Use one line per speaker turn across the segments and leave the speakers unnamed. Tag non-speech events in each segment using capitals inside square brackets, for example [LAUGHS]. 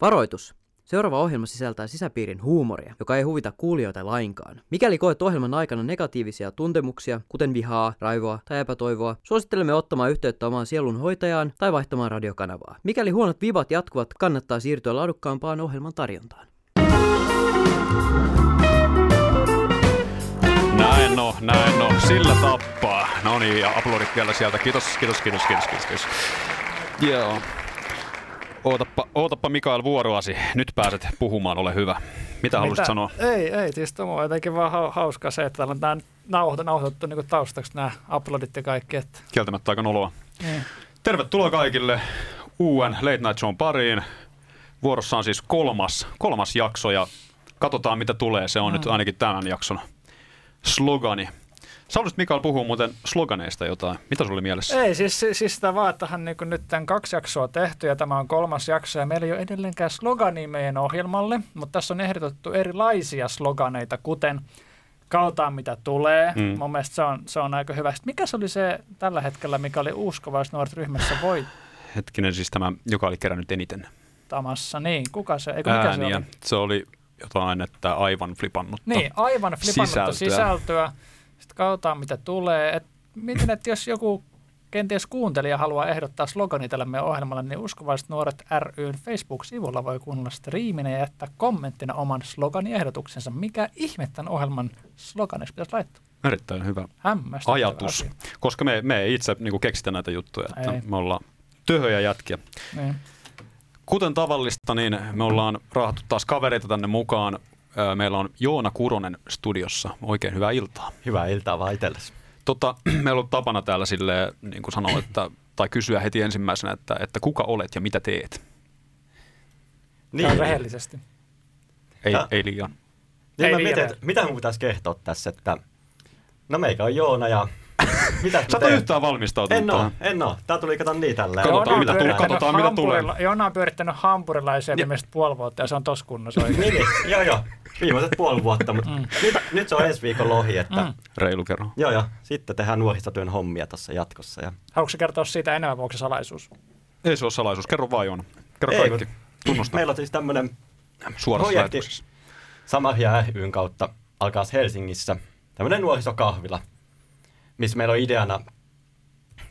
Varoitus. Seuraava ohjelma sisältää sisäpiirin huumoria, joka ei huvita kuulijoita lainkaan. Mikäli koet ohjelman aikana negatiivisia tuntemuksia, kuten vihaa, raivoa tai epätoivoa, suosittelemme ottamaan yhteyttä omaan sielun hoitajaan tai vaihtamaan radiokanavaa. Mikäli huonot vibat jatkuvat, kannattaa siirtyä laadukkaampaan ohjelman tarjontaan.
Näin no, näin no, sillä tappaa. No niin, ja aplodit vielä sieltä. Kiitos, kiitos, kiitos, kiitos, kiitos. kiitos. Joo. Ootappa, ootappa Mikael vuoroasi. Nyt pääset puhumaan, ole hyvä. Mitä haluaisit sanoa?
Ei, ei, siis tämä on jotenkin vaan hau- hauskaa se, että täällä on tämä nauhoitettu, nauhoitettu niin taustaksi nämä uploadit ja kaikki. Että,
Kieltämättä aika noloa.
niin.
Tervetuloa kaikille uuden Late Night Shown pariin. Vuorossa on siis kolmas, kolmas jakso ja katsotaan mitä tulee. Se on nyt ainakin tämän jakson slogani. Sä haluaisit Mikael puhua muuten sloganeista jotain. Mitä sulla oli mielessä?
Ei, siis, siis- siis sitä vaan, että hän niin nyt tämän kaksi jaksoa tehty ja tämä on kolmas jakso ja meillä ei ole edelleenkään slogania meidän ohjelmalle, mutta tässä on ehdotettu erilaisia sloganeita, kuten kautaan mitä tulee.
Mm.
Mm. Mun mielestä se on, se on aika hyvä. Sitten mikä se oli se tällä hetkellä, mikä oli uskovaisnuoret ryhmässä
Hetkinen siis tämä, joka oli kerännyt eniten
voittamassa? Niin, kuka se, eikö mikä se
ääniä.
oli?
Se oli jotain, että aivan flipannutta.
Niin, aivan flipannutta
Sisältöä.
sisältöä. sisältöä. Sitten kautaan mitä tulee. Et mietin, että jos joku kenties kuuntelija haluaa ehdottaa slogani tälle meidän ohjelmalle, niin uskovaiset nuoret ryn Facebook-sivulla voi kuunnella striiminä ja jättää kommenttina oman sloganiehdotuksensa. Mikä ihme tämän ohjelman sloganiksi pitäisi laittaa?
Erittäin hyvä
Hämmästyttävä
ajatus,
asia.
koska me, me ei itse niin keksitä näitä juttuja. Että
Ei.
me ollaan töhöjä jätkiä.
Niin.
Kuten tavallista, niin me ollaan raahattu taas kavereita tänne mukaan. Öö, Meillä on Joona Kuronen studiossa. Oikein hyvää iltaa.
Hyvää iltaa vaan itsellesi.
Tota, [CLEARS THROAT] meillä on ollut tapana täällä sille, niin kuin sanoa, että, tai kysyä heti ensimmäisenä, että, että kuka olet ja mitä teet?
Niin. rehellisesti.
Ei,
Tää-
ei liian.
Niin
Ei
mä
liian
mietin,
vielä.
että mitä mun pitäisi kehtoa tässä, että no meikä on
[LAUGHS]
Joona ja mitä
Sä et ole yhtään valmistautunut
En oo,
tähän.
en oo. Tää tuli kato niin tällä.
Katsotaan,
Joona on
mitä tulee,
pyörittänyt
katsotaan, mitä tulee.
hampurila- Joona on pyörittänyt hampurilaisia viimeiset puoli vuotta ja se on tossa
[LAUGHS]
kunnossa oikein.
Niin, niin, joo joo. Viimeiset puoli vuotta, mutta mm. nyt, nyt se on ensi viikon lohi, että mm.
Reilu kerran.
joo joo. Sitten tehdään nuorisotyön hommia tuossa jatkossa. Ja...
Haluatko sä kertoa siitä enemmän, vai onko se salaisuus?
Ei se ole salaisuus. Kerro vaan Joona. Kerro
Ei,
kaikki.
kun-
Tunnusta
Meillä on siis tämmönen
suorassa
projekti-
lähetyksessä.
Samaria ryn kautta alkaa Helsingissä tämmöinen nuorisokahvila, missä meillä on ideana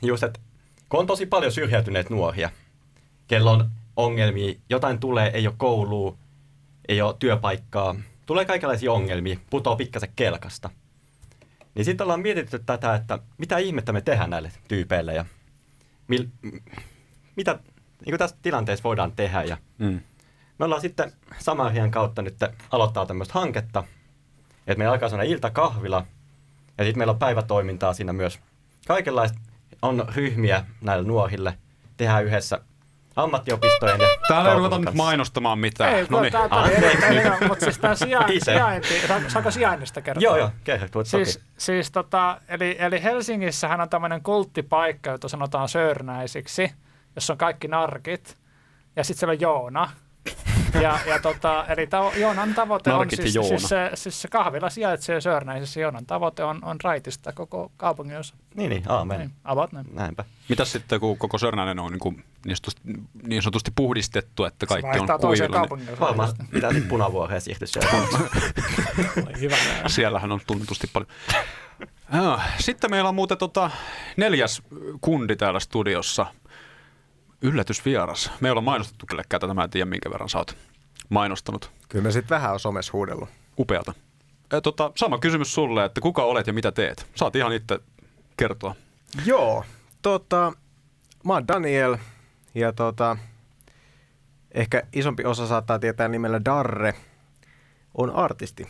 just, että kun on tosi paljon syrjäytyneitä nuoria, kello on ongelmia, jotain tulee, ei ole koulua, ei ole työpaikkaa, tulee kaikenlaisia ongelmia, putoo pikkasen kelkasta. Niin sitten ollaan mietitty tätä, että mitä ihmettä me tehdään näille tyypeille ja mil, m- mitä niin tässä tilanteessa voidaan tehdä ja
Mm.
me ollaan sitten Samarian kautta nyt aloittaa tämmöistä hanketta, että meillä alkaa sellainen iltakahvila, ja sitten meillä on päivätoimintaa siinä myös. Kaikenlaista on ryhmiä näille nuorille, tehdään yhdessä ammattiopistojen ja
Täällä ei
kaupungin
ruveta nyt
kanssa.
mainostamaan mitään.
Ei,
no
kun
niin.
tämä oli
Anteeksi
erittäin
nyt.
hyvä, mutta siis tämä sijainti,
Itse.
sijainti saako- saako sijainnista kertoa?
Joo, joo, kerro, tuot
Siis,
siis...
siis tota, eli, eli Helsingissähän on tämmöinen kulttipaikka, jota sanotaan Sörnäisiksi, jossa on kaikki narkit, ja sitten siellä on Joona. Ja, ja tota, eli tavo- Joonan tavoite on
Narkit ja
siis,
Joona.
siis, se, siis se kahvila sijaitsee Sörnäisessä, Joonan tavoite on, on raitista koko kaupungin osa.
Niin, niin, aamen.
Niin, about näin.
Näinpä.
Mitäs sitten, kun koko Sörnäinen on niin, kuin, niin, sanotusti, niin sanotusti puhdistettu, että kaikki on
Vaihtaa toiseen
kuivilla, niin
kaupungin
Varmaan
osaan.
pitää sitten punavuoreen siirtyä sieltä.
Hyvä.
siellähän on tunnetusti paljon. Joo, Sitten meillä on muuten tota, neljäs kundi täällä studiossa. Yllätysvieras. Me ei olla mainostettu kellekään tätä, mä en tiedä minkä verran sä oot mainostanut.
Kyllä mä sit vähän on somessa huudellut.
Upealta. Ö, Tota, sama kysymys sulle, että kuka olet ja mitä teet? Saat ihan itse kertoa.
Joo, tota, mä oon Daniel ja tota, ehkä isompi osa saattaa tietää nimellä Darre. On artisti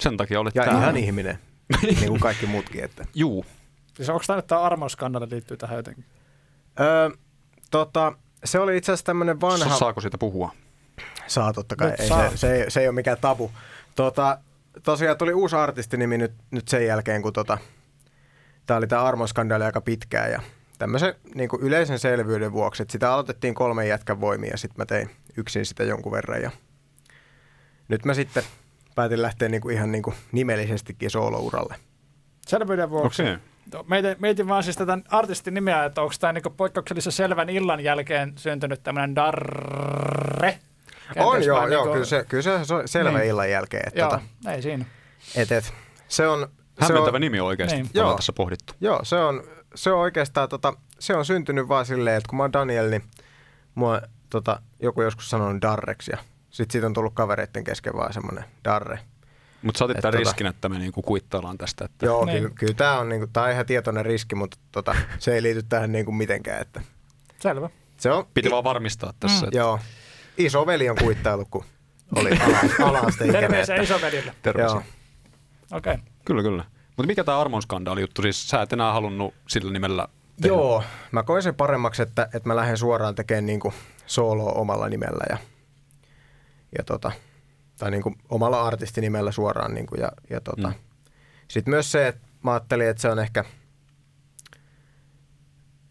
Sen takia olet
ja
täällä.
ihan [LAUGHS] ihminen, niin kuin kaikki muutkin. Että.
Juu.
Siis onko tämä nyt tämä armouskannalle liittyy tähän jotenkin?
Öö, tota, se oli itse asiassa tämmönen vanha...
Sa- Saako siitä puhua?
Saa totta kai,
Nyt
ei,
saa.
Se, se, ei, se ei ole mikään tabu. Tota, tosiaan tuli uusi artistinimi nyt, nyt sen jälkeen, kun tota, tämä oli tämä armoskandaali aika pitkään ja tämmöisen niin kuin yleisen selvyyden vuoksi, että sitä aloitettiin kolmen jätkän voimia ja sitten mä tein yksin sitä jonkun verran ja nyt mä sitten päätin lähteä niin kuin ihan niin kuin nimellisestikin soolouralle.
Selvyyden vuoksi.
Okei.
No, Mietin, mietin vaan siis tätä artistin nimeä, että onko tämä niinku poikkeuksellisen selvän illan jälkeen syntynyt tämmöinen dar...
On
Entäs
joo,
vaan
joo
niinku-
kyllä, se, kyllä se on selvä
Niin.
niin. illan jälkeen. Että
Joo,
tota,
ei siinä.
et, et, se on, se on,
Hämmentävä nimi oikeasti,
Niin.
niin. ollaan
Joo.
tässä pohdittu.
joo, se on, se on oikeastaan, tota, se on syntynyt vaan silleen, että kun mä oon Daniel, niin mua tota, joku joskus sanonut Darreksi ja sit siitä on tullut kavereiden kesken vaan semmonen Darre.
Mutta sä otit
Et
tämän
tota-
riskin, että me niinku kuittaillaan tästä. Että
Joo,
Niin.
kyllä, kyllä tämä on, niinku, tää on ihan tietoinen riski, mutta tota, se ei liity tähän niinku mitenkään. Että
Selvä.
se on,
Piti vaan varmistaa tässä.
Mm.
Mm. Että
joo, iso veli on kuittailu, kun oli ala, ala-asteikäinen.
Terveisiä
että-
isovelille.
terveisiä.
Joo,
Okei. Okay.
Kyllä, kyllä. Mutta mikä tämä Armon skandaali juttu? Siis sä et enää halunnut sillä nimellä tehdä.
joo, mä koin sen paremmaksi, että, että mä lähden suoraan tekemään niinku soloa omalla nimellä ja, ja tota, tai niinku omalla artistinimellä suoraan. Niinku ja, ja tota.
Mm.
mm. Sitten myös se, että mä ajattelin, että se on ehkä,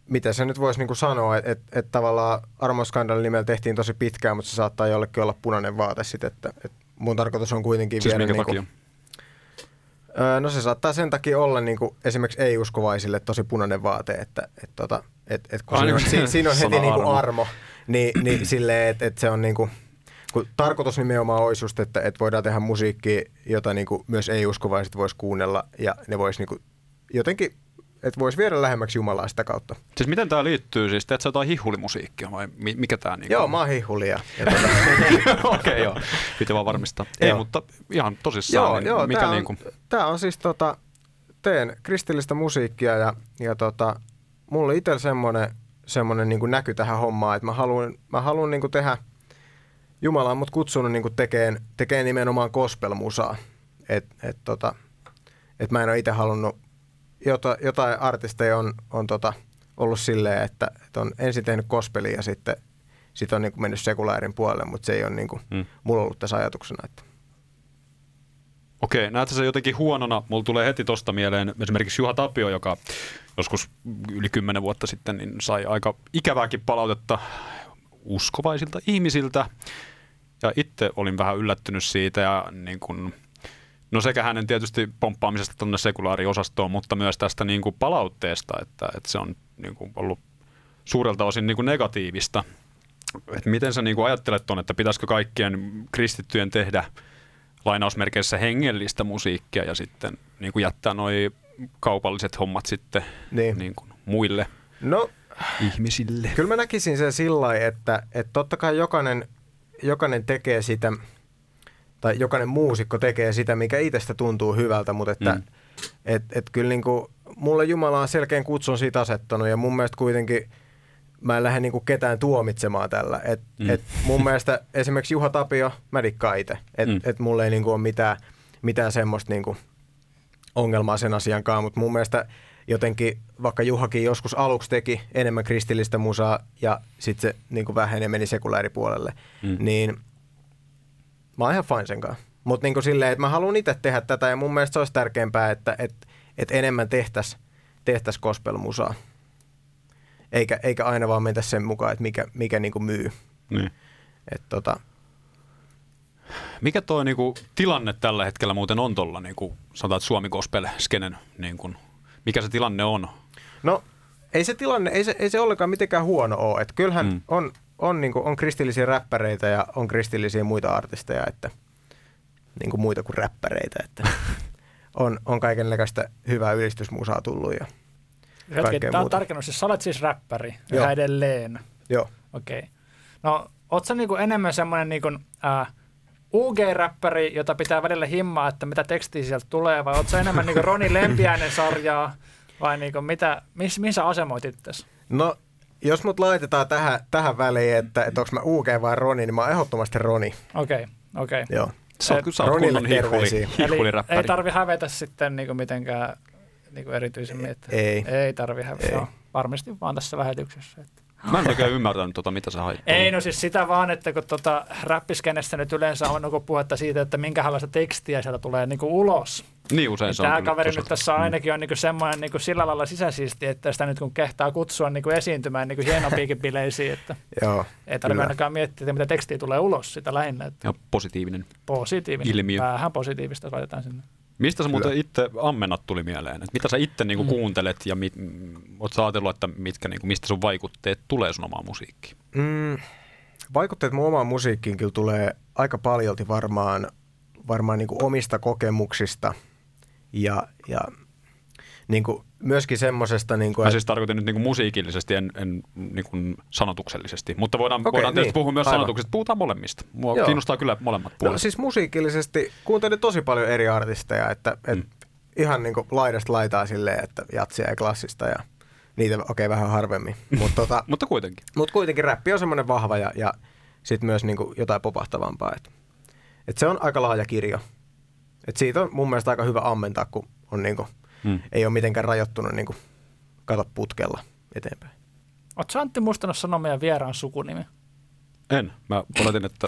mitä se nyt voisi niinku sanoa, että et, et tavallaan armoskandaalin nimellä tehtiin tosi pitkään, mutta se saattaa jollekin olla punainen vaate sitten, että et mun tarkoitus on kuitenkin
Siis
viedä
minkä takia?
niinku, Öö, No se saattaa sen takia olla niin kuin esimerkiksi ei-uskovaisille tosi punainen vaate, että et, tota, et, et kun
Ai
siinä, on,
niin,
si, siinä on heti
sana
niin kuin
armo.
armo, niin, niin silleen, että et se on niin kuin, kun tarkoitus nimenomaan olisi just, että et voidaan tehdä musiikkia, jota niin kuin myös ei-uskovaiset vois kuunnella ja ne vois niin kuin jotenkin, että vois viedä lähemmäksi Jumalaa sitä kautta.
Siis miten tämä liittyy? Siis teet sä jotain hihulimusiikkia vai mi- mikä tämä niinku?
Joo, mä oon hihulia. Ja, ja tota,
[LAUGHS] Okei, okay, joo. Piti vaan varmistaa. Ei,
Joo.
mutta ihan tosissaan. niin mikä
tää
niinku?
On, tää on siis tota, teen kristillistä musiikkia ja, ja tota, mulla oli itsellä semmoinen semmonen niinku näky tähän hommaan, että mä haluan mä haluan niinku tehdä, Jumala on mut kutsunut niinku tekeen, tekee nimenomaan gospel-musaa. Et, et tota, et mä en ole itse halunnut, jota, jotain artisteja on, on tota, ollut silleen, että, että on ensin tehnyt gospelia ja sitten sit on niinku mennyt sekulaarin puolelle, mutta se ei ole niinku,
Mm.
mm. mulla ollut tässä ajatuksena. Että.
Okei, näetkö se jotenkin huonona? Mulla tulee heti tosta mieleen esimerkiksi Juha Tapio, joka joskus yli kymmenen vuotta sitten niin sai aika ikävääkin palautetta uskovaisilta ihmisiltä. Ja itse olin vähän yllättynyt siitä ja niin kun, no sekä hänen tietysti pomppaamisesta tuonne sekulaariosastoon, mutta myös tästä niin kuin palautteesta, että, että se on niin kuin ollut suurelta osin niin kuin negatiivista. Et miten sä niin kuin ajattelet tuon, että pitäisikö kaikkien kristittyjen tehdä lainausmerkeissä hengellistä musiikkia ja sitten niin kuin jättää noi kaupalliset hommat sitten niin.
Niin.
Niin kuin muille
No,
ihmisille.
Kyllä mä näkisin sen sillä lailla, että, että totta kai jokainen, jokainen tekee sitä, tai jokainen muusikko tekee sitä, mikä itsestä tuntuu hyvältä, mutta että
Mm.
mm. et, et kyllä niin kuin, mulle Jumala on selkeän kutsun siitä asettanut, ja mun mielestä kuitenkin mä en lähde niin kuin ketään tuomitsemaan tällä. Et,
Mm.
mm. et mun mielestä esimerkiksi Juha Tapio, mä dikkaan itse,
Mm.
että mm. et mulla ei niin kuin ole mitään, mitään semmoista niin kuin, ongelmaa sen asiankaan, mutta mun mielestä jotenkin, vaikka Juhakin joskus aluksi teki enemmän kristillistä musaa ja sitten se niin väheni ja meni sekulääripuolelle,
Mm.
mm. niin mä oon ihan fine sen kanssa. Mutta niin silleen, että mä haluan itse tehdä tätä ja mun mielestä se olisi tärkeämpää, että et, et enemmän tehtäisiin tehtäis gospel-musaa. Eikä, eikä aina vaan mentä sen mukaan, että mikä, mikä niin myy.
Niin.
Et tota,
Mikä tuo niinku, tilanne tällä hetkellä muuten on tuolla, niinku, sanotaan, että Suomi Gospel-skenen, niinku, mikä se tilanne on?
No ei se tilanne, ei se, ei se ollenkaan mitenkään huono ole. Et kyllähän
Mm.
mm. on, on, niin on kristillisiä räppäreitä ja on kristillisiä muita artisteja, että niin kuin muita kuin räppäreitä. Että on, on kaikenlaista hyvää ylistysmusaa tullut. Ja,
Hetki,
Kaikkea
tämä on
muuta.
tarkennus. Siis sä olet siis räppäri
Joo.
yhä edelleen.
joo.
Okei. Okay. No, oot sä niinku enemmän semmoinen niinku, äh, UG-räppäri, jota pitää välillä himmaa, että mitä tekstiä sieltä tulee, vai oot sä enemmän niinku Roni Lempiäinen sarjaa, vai niinku mitä, miss, mihin sä asemoit itsesi?
No jos mut laitetaan tähän, tähän väliin, että, että onko mä UG vai Roni, niin mä oon ehdottomasti Roni.
Okei, okay, okei. Okay.
Joo.
Sä oot,
Eh,
sä oot
Ronille
kunnon hihuli,
terveisiä.
hihuliräppäri.
ei tarvi hävetä sitten niinku mitenkään niinku erityisemmin. Että
Ei.
Ei tarvi hävetä.
Ei.
Joo, varmasti vaan tässä lähetyksessä. Että.
Mä en oikein ymmärtänyt tota, mitä sä hait.
Ei, no siis sitä vaan, että kun tota, räppiskenestä nyt yleensä on onko puhetta siitä, että minkälaista tekstiä sieltä tulee niin kuin ulos.
Niin usein se on.
Tämä
kyllä
kaveri
tosi- Mm.
nyt tässä ainakin on niin semmoinen niin sillä lailla sisäsiisti, että sitä nyt kun kehtaa kutsua niin kuin esiintymään niin hienompiinkin bileisiin, että
Joo.
ei tarvitse
Kyllä.
ainakaan miettiä, että mitä tekstiä tulee ulos sitä lähinnä. Että
Ja positiivinen.
positiivinen.
Ilmiö.
Vähän positiivista laitetaan sinne.
Mistä sä muuten itse ammennat tuli mieleen? Et mitä sä itse niinku mm. kuuntelet ja mit, mm, oot sä ajatellut, että mitkä, niinku, mistä sun vaikutteet tulee sun omaan musiikkiin?
Mm, Vaikutteet mun omaan musiikkiin kyllä tulee aika paljolti varmaan, varmaan niin omista kokemuksista ja, ja niin kuin myöskin semmoisesta, niin kuin,
Mä
että
siis tarkoitin nyt niin kuin musiikillisesti, en, en niin kuin sanotuksellisesti. Mutta voidaan,
Okei,
okay, voidaan tietysti niin.
niin,
puhua myös
aivan.
sanotuksesta. Puhutaan molemmista. Mua
Joo.
Joo. kiinnostaa kyllä molemmat puolet.
No siis musiikillisesti kuuntelin tosi paljon eri artisteja, että et mm. ihan niin kuin laidasta laitaa silleen, että jatsia ja klassista ja niitä okei okay, vähän harvemmin. Mutta tota,
Mutta kuitenkin.
mut kuitenkin räppi on semmoinen vahva ja, ja sitten myös niin kuin jotain popahtavampaa. Et, et se on aika laaja kirjo. Et siitä on mun mielestä aika hyvä ammentaa, kun on niin kuin, mm.
Mm.
ei ole mitenkään rajoittunut niin kuin, kato putkella eteenpäin.
Oletko Antti muistanut sanoa meidän vieraan sukunimi?
En. Mä oletin, että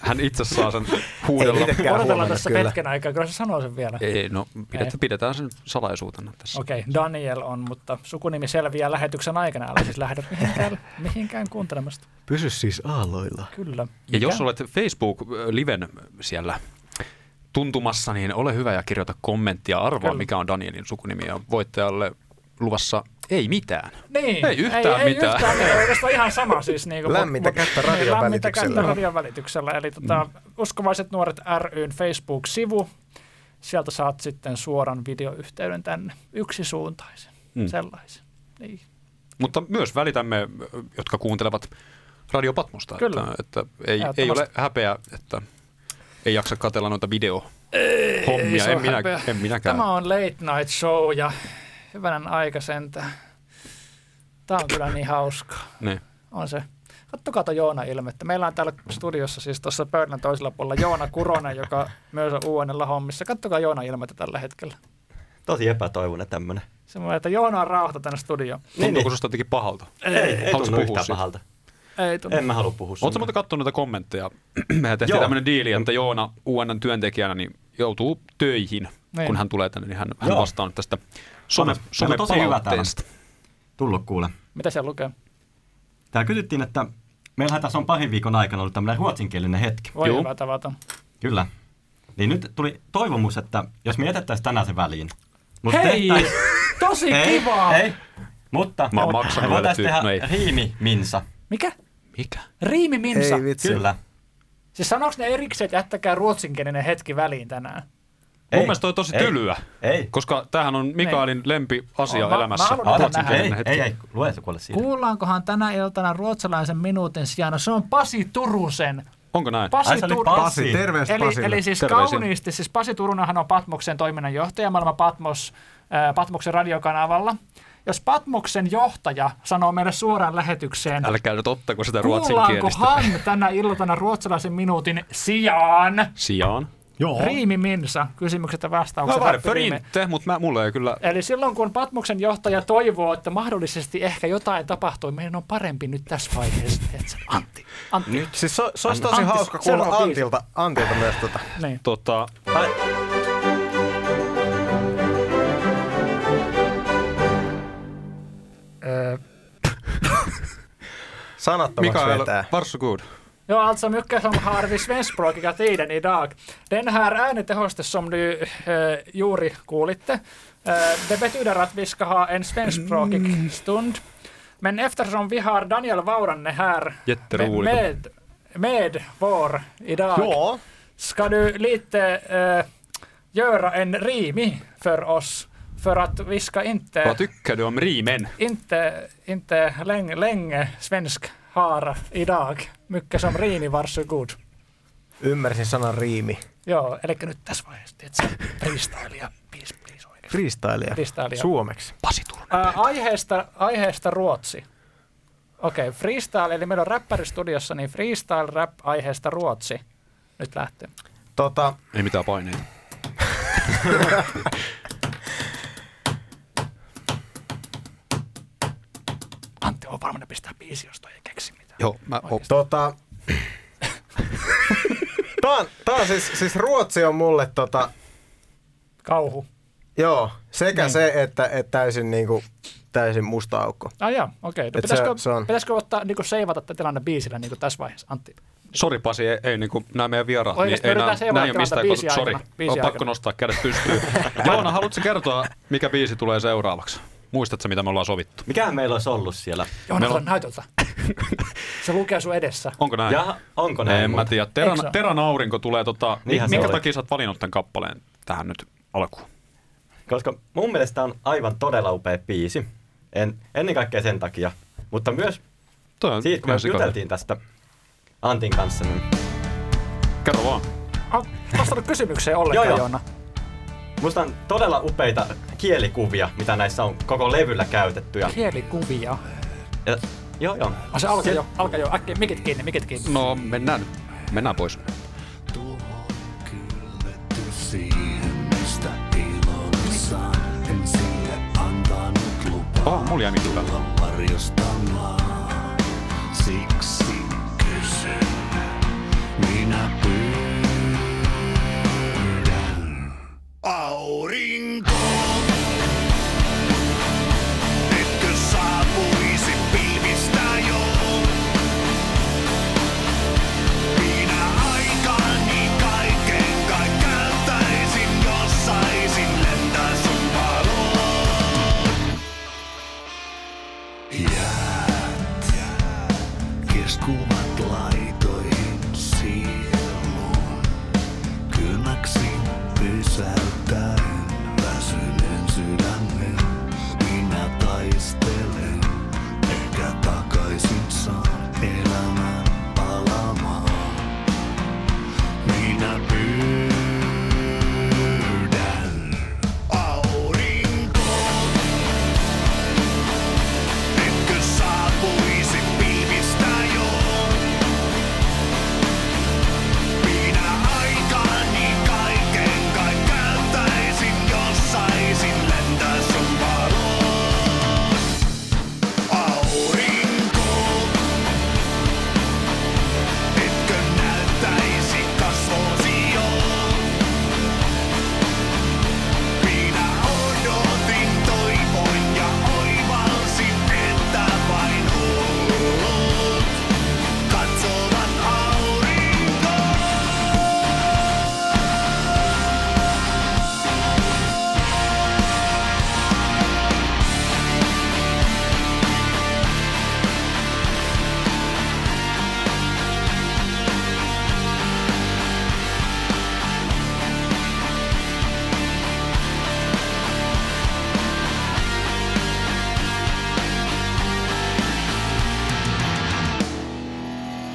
hän itse saa sen
Ei
huudella.
itsekään
Odotellaan
huomannut
tässä
kyllä.
hetken aikaa, kyllä se sanoo sen vielä.
Ei, no
Ei.
pidetään, pidetään sen salaisuutena tässä.
Okei, okay, Daniel on, mutta sukunimi selviää lähetyksen aikana. Älä siis lähde
[LAUGHS]
mihinkään, mihinkään kuuntelemasta.
Pysy siis aalloilla.
Kyllä.
Ja jos
Mikä?
olet Facebook-liven siellä tuntumassa, niin ole hyvä ja kirjoita kommenttia. Arvaa,
Kyllä.
mikä on Danielin sukunimi ja voittajalle luvassa ei mitään.
Niin.
Ei yhtään mitään.
ei, Ei yhtään mitään. Oikeastaan ihan sama siis.
[LAUGHS]
Niin kuin,
Lämmintä kättä radion
Lämmintä kättä
välityksellä.
radion välityksellä. Eli tota,
Mm.
Uskovaiset nuoret ryn Facebook-sivu. Sieltä saat sitten suoran videoyhteyden tänne. Yksisuuntaisen. Mm.
Mm.
Sellaisen. Niin.
Mutta myös välitämme, jotka kuuntelevat Radio Patmosta,
Kyllä.
että, että ei, ei
Ehdottomasti.
ole häpeä, että ei jaksa katella noita video-hommia.
ei se
en,
ole
minä,
häpeä.
en minäkään.
Tämä on late night show ja hyvänen aika sentään. Tämä on kyllä niin hauskaa.
Niin.
On se. Kattokaa tuo Joona ilmettä. Meillä on täällä studiossa siis tuossa pöydän toisella puolella Joona Kuronen, joka myös on uudella hommissa. Kattokaa Joona ilmettä tällä hetkellä.
Tosi epätoivonen tämmönen.
Semmoinen, että Joona on rauhta tänne studioon.
Tuntuuko susta jotenkin pahalta?
Niin, Ei, ei
Haluatko
tunnu
puhua
yhtään
siitä?
pahalta.
Ei tunnu.
En mä halua puhua
Oletko
siitä.
muuten katsonut näitä kommentteja? [CLEARS THROAT] Mehän tehtiin
Joo.
tämmöinen diili, että Joona UNN työntekijänä niin joutuu töihin,
Niin.
niin. kun hän tulee tänne, niin hän, hän
Joo.
vastaa nyt tästä some,
Meillä on tosi hyvä
somepalautteesta.
Tullut kuule.
Mitä siellä lukee?
Täällä kysyttiin, että meillähän tässä on pahin viikon aikana ollut tämmöinen ruotsinkielinen hetki.
Voi
Juu.
hyvä tavata.
Kyllä. Niin nyt tuli toivomus, että jos me jätettäisiin tänään se väliin.
[LAUGHS]
Mut
Hei!
tehtäis-
Tosi
Ei,
kivaa!
ei. Mutta
Mä oon
me
maksanut
voitaisiin
näille
tehdä
tyy- no ei.
riimi Minsa.
Mikä?
Mikä?
Riimi Minsa.
Ei vitsi.
Kyllä.
Siis sanoks ne erikseen, että jättäkää ruotsinkielinen hetki väliin tänään?
Mun mielestä toi on tosi
ei,
tylyä,
ei.
koska tämähän on Mikaelin lempiasia
Mä- mä
elämässä.
haluan
Aa,
Ruotsin
ei, ei,
hetki.
ei, ei, lue se kuule siitä.
Kuullaankohan tänä iltana ruotsalaisen minuutin sijaan? No, Se on Pasi Turusen.
Onko näin?
Pasi
Ai, se oli
Tur-
Pasi.
Pasi, terveys
Eli,
Pasille.
eli siis
Terveisiä.
kauniisti, siis Pasi Turunenhan on Patmoksen toiminnanjohtaja maailman Patmos, ää, Patmoksen radiokanavalla. Jos Patmoksen johtaja sanoo meille suoraan lähetykseen,
Älkää nyt ottako sitä
kuullaanko
ruotsinkielistä.
hän tänä iltana ruotsalaisen minuutin sijaan?
Sijaan.
Oh. Riimi Minsa, kysymykset ja
No
vastaukset.
varför
Riimi.
inte, mutta mulle ei kyllä...
Eli silloin kun Patmoksen johtaja toivoo, että mahdollisesti ehkä jotain tapahtuu, meidän on parempi nyt tässä vaiheessa. tiedätkö? Antti. Antti. Nyt.
Siis se, se olisi tosi
Antti,
hauska kuulla
seuraava biisi.
Antilta, Antilta myös tota.
Niin.
Tota,
Öö,
Sanattomaksi
Mikael,
vetää.
varsågod. god.
Ja alltså mycket som har vi svenskspråkiga tiden idag. Den här äänetehostet som du eh, juuri kuulitte, eh, det betyder att vi ska ha en svenskspråkig stund. Men eftersom vi har Daniel Vauranne här med,
Jätteroligt.
med, med vår idag,
Joo.
ska du lite eh, göra en rimi för oss, för att vi ska inte,
Vad tycker du om rimen?
inte, inte länge, länge svensk har idag. Mycket som rimi, varsågod.
Ymmärsin sanan riimi.
Joo, eli nyt tässä vaiheessa, tietsä, freestylea, please, please oikeesti.
Freestylea.
Freestylea.
Suomeksi.
Pasi Turunen.
Ää, aiheesta, aiheesta Ruotsi. Okei, okay, freestyle, eli meillä on räppäristudiossa, niin freestyle rap aiheesta Ruotsi. Nyt lähtee.
Tota,
Ei mitään paineita.
Antti on varmaan ne pistää biisi, jos toi ei keksi mitään.
Joo, mä oon
tota... tää on, tää on siis, siis Ruotsi on mulle tota,
Kauhu.
joo, sekä
Niin.
niin. se, että, että täysin niinku, täysin musta aukko.
Ah jaa, okei. Okay. No
Et
pitäisikö,
se- se on-
pitäisikö ottaa, niinku seivata tämä tilanne biisillä niinku tässä vaiheessa, Antti?
Sori Pasi, ei, ei niinku, nämä meidän vieraat,
Oikeesti
niin ei
me
nää,
yritetään seurata
nää ei ole mistään
tilannetta
kotoa.
biisin
Sori,
aikana, biisin
on pakko
aikana.
nostaa kädet
[LAUGHS]
pystyyn. Joona, haluatko kertoa, mikä biisi tulee seuraavaksi? Muistatko, mitä me ollaan sovittu?
Mikähän meillä olisi ollut siellä?
Joo,
Meillä
no,
on-
[LAUGHS]
näytöltä. Se lukee sun edessä.
Onko näin?
Ja onko näin?
en mä
muuten?
tiedä.
Eikö se
Teran,
ole?
teran aurinko tulee, tota, mi-
Niinhän se
minkä
oli.
takia sä oot valinnut tämän kappaleen tähän nyt alkuun?
Koska mun mielestä tää on aivan todella upea biisi. En, ennen kaikkea sen takia. Mutta myös
Toi on
siitä, kun
ihan
me
sikana.
juteltiin tästä Antin kanssa, niin
Kerro vaan.
Oot vastannut kysymykseen ollenkaan,
Joo,
joo,
joo.
joo. Joona.
musta on todella upeita kielikuvia, mitä näissä on koko levyllä käytetty. Ja,
Kielikuvia.
ja, joo, joo.
Ah, se alkaa jo, alkaa jo. Äkkiä, mikit kiinni, mikit kiinni.
No mennään nyt. Mennään pois.
tuohon kylmetty siihen, mistä ilon saan. En sille antanut lupaa
Oh, mulla jäi mikki päälle.
tulla varjostamaan. Siksi kysyn, minä pyydän. Aurinko, etkö saapuisi pilvistä jo? Minä aikani kaiken kai käyttäisin, jos saisin lentää sun valoon. Jäät keskuvat laitoihin sieluun. Kylmäksi pysäyttäen väsyneen sydämen. Minä taistelen, ehkä takaisin saan elämän palamaan. Minä pyydän aurinkoa. Etkö saapuisi pilvistä jo? Minä aikani kaiken kai käyttäisin, jos saisin lentää sun valoon. Aurinko. Etkö näyttäisi kasvosi jo? Minä odotin, toivoin ja oivalsin, että vain hullut katsovat aurinkoon.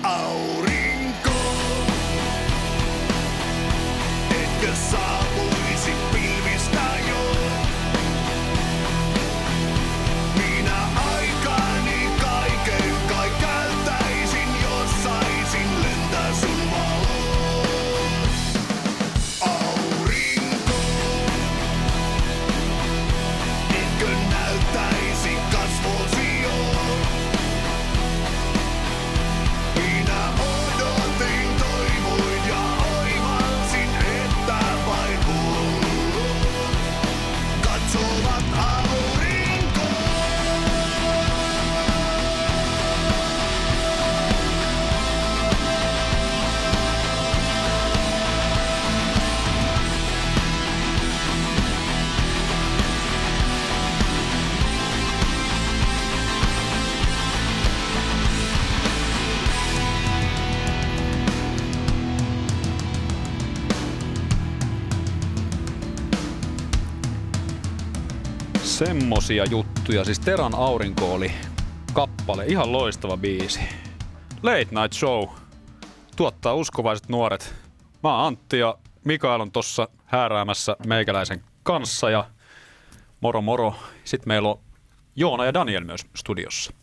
Aurinko, etkö saapuisi pilvistä jo? Minä aikani kaiken kai käyttäisin, jos saisin lentää sun valoon. Aurinko, etkö näyttäisi kasvosi jo? Minä odotin, toivoin ja oivalsin, että vain hullut katsovat aurinkoon.
Semmosia juttuja. Siis Teran aurinko oli kappale. Ihan loistava biisi. Late Night Show. Tuottaa uskovaiset nuoret. Mä oon Antti ja Mikael on tossa hääräämässä meikäläisen kanssa ja moro moro. Sitten meillä on Joona ja Daniel myös studiossa.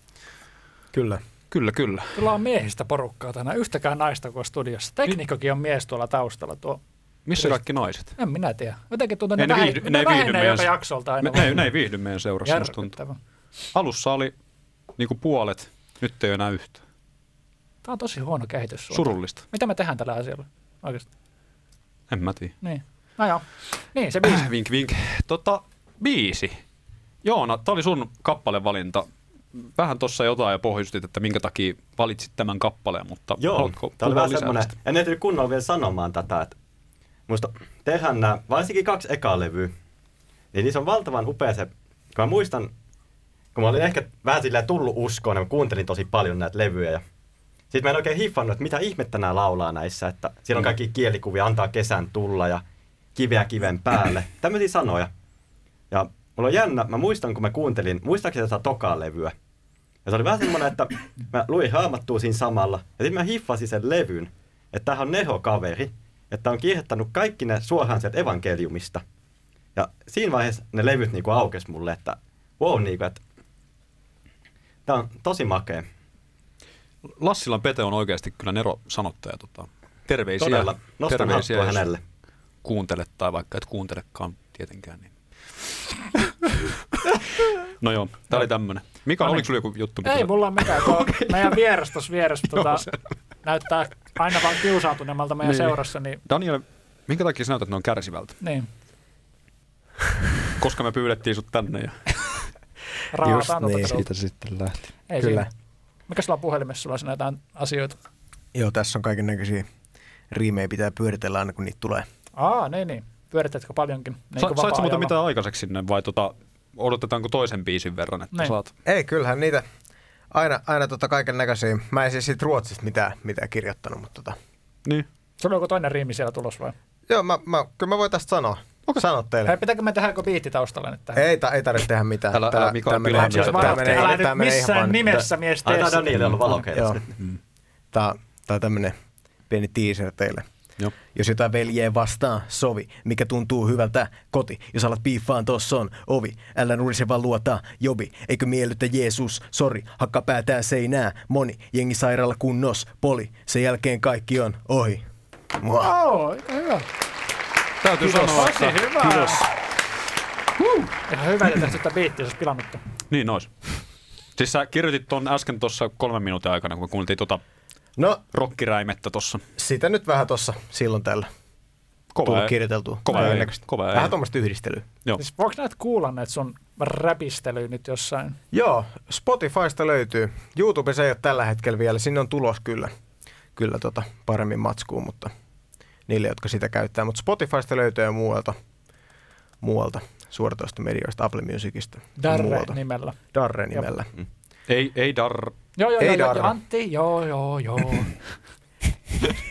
Kyllä.
Kyllä, kyllä.
Kyllä on miehistä porukkaa tänään. Yhtäkään naista kuin studiossa. Teknikkokin on mies tuolla taustalla. Tuo,
Missä kaikki naiset?
en minä tiedä. Jotenkin tuntuu,
Ei
ne,
ne
vähe,
viihdy-
ne,
ne ei viihdy
vähenee
meidän-
joka jaksolta aina.
Me, ne, ei- ne ei viihdy meidän seurassa, musta tuntuu.
Järkyttävä.
Alussa oli niinku puolet, nyt ei ole enää yhtä.
Tuota. Tämä on tosi huono kehitys. Sulla.
Surullista.
Mitä me tehdään tällä asialla? Oikeasti.
En mä tiedä.
Niin. No joo. Niin, se biisi.
Äh, Vink vink. Tota, biisi. Joona, tämä oli sun kappalevalinta. Vähän tuossa jotain jo pohjustit, että minkä takia valitsit tämän kappaleen, mutta
Joo,
haluatko
tää oli
puhua
vähän
lisää
semmonen,
tästä?
en ehtinyt kunnolla vielä sanomaan tätä, että musta tehdään nämä, varsinkin kaksi ekaa levyä, niin niissä on valtavan upea se, kun mä muistan, kun mä olin ehkä vähän silleen tullut uskoon, ja mä kuuntelin tosi paljon näitä levyjä. Ja... Sitten mä en oikein hiffannut, että mitä ihmettä nämä laulaa näissä, että siellä
Mm.
on kaikki kielikuvia, antaa kesän tulla ja kiveä kiven päälle, tämmöisiä sanoja. Ja mulla on jännä, mä muistan kun mä kuuntelin, muistaakseni tätä tokaa levyä. Ja se oli vähän semmoinen, että mä luin haamattua siinä samalla, ja sitten mä hiffasin sen levyn, että tämähän on Neho-kaveri, että on kirjoittanut kaikki ne suoraan sieltä evankeliumista. Ja siinä vaiheessa ne levyt niinku aukes mulle, että wow, niinku, että tämä on tosi makea.
Lassilan Pete on oikeasti kyllä Nero sanottaja. Tota. Terveisiä,
Todella. Nostan
terveisiä
hattua
jos
hänelle.
kuuntelet tai vaikka et kuuntelekaan tietenkään. Niin. no joo, tää oli tämmönen.
No
Mika,
niin.
oliko sulla joku juttu? [CLEARS THROAT] mitä-
Ei mulla ole mitään, kun meidän vieras tuossa vieressä
[LAUGHS]
tota, näyttää aina vaan kiusaantuneemmalta meidän
Niin.
seurassa, niin,
Daniel, minkä takia sä näytät noin kärsivältä?
niin
Koska me pyydettiin sut tänne ja
raataan
niin.
tota niin.
sitten lähti.
Ei
Kyllä.
Kyllä. Siinä. Mikä sulla on puhelimessa? Sulla on siinä jotain asioita.
Joo, tässä on kaiken näköisiä riimejä pitää pyöritellä aina kun niitä tulee.
Aa, niin niin. Pyöritätkö paljonkin? Niin
Sa, sait
kuin
sä muuten
vapaa-ajalla.
mitään aikaiseksi sinne vai tota, odotetaanko toisen biisin verran, että
Niin.
saat?
Ei, kyllähän niitä aina, aina tota kaiken näköisiä. Mä en siis siitä Ruotsista mitään, mitään kirjoittanut, mutta tota.
Niin.
Sulla on joku toinen riimi siellä tulos vai?
Joo, mä, mä, kyllä mä voin tästä sanoa. Okay. Sano teille.
Hei, pitääkö me tehdä joku biitti taustalla nyt tähän?
Ei, ta, ei tarvitse tehdä mitään.
Älä- älä, Mikael,
tää
pilaa
menee,
siis
tää
varausta.
menee-
Älä
tää
nyt
menee ihan
missään
vaan-
nimessä mies
Ai,
tee
tämä
sitä.
Daniel on valokeilas
Joo.
nyt.
Tää, tää on tämmönen pieni teaser teille.
Joo.
Jos jotain veljeä vastaan, sovi. Mikä tuntuu hyvältä, koti. Jos alat piiffaan, tossa on ovi. Älä nurise vaan luota, jobi. Eikö miellyttä Jeesus, sori. Hakka päätään seinää, moni. Jengi sairaala kunnos, poli. Sen jälkeen kaikki on ohi. Mua.
Joo, aika hyvä.
Täytyy sanoa,
Tosi
että...
hyvä. Kiitos. Ihan hyvä, että tehty tätä biittiä, jos pilannut. tän.
Niin nois. Siis sä kirjoitit ton äsken tuossa kolmen minuutin aikana, kun me kuultiin tota
No,
rokkiräimettä tuossa.
sitä nyt vähän tossa silloin tällä.
Kova
Tullut
ei.
kirjoiteltua.
Kova
Vähän
ei.
näköistä.
Kova ei.
Vähän tuommoista yhdistelyä.
Joo.
Siis voiko näitä kuulla näitä sun räpistelyä nyt jossain?
Joo, Spotifysta löytyy. YouTube se ei ole tällä hetkellä vielä. Sinne on tulos kyllä, kyllä tota, paremmin matskuun, mutta niille, jotka sitä käyttää. Mutta Spotifysta löytyy ja muualta, muualta suoratoista medioista, Apple Musicista. ja muualta.
Darre nimellä.
Darre nimellä. Siis-
Ei, ei dar...
Joo, joo,
Ei
joo, joo,
Darre.
joo, Antti, joo, joo, joo.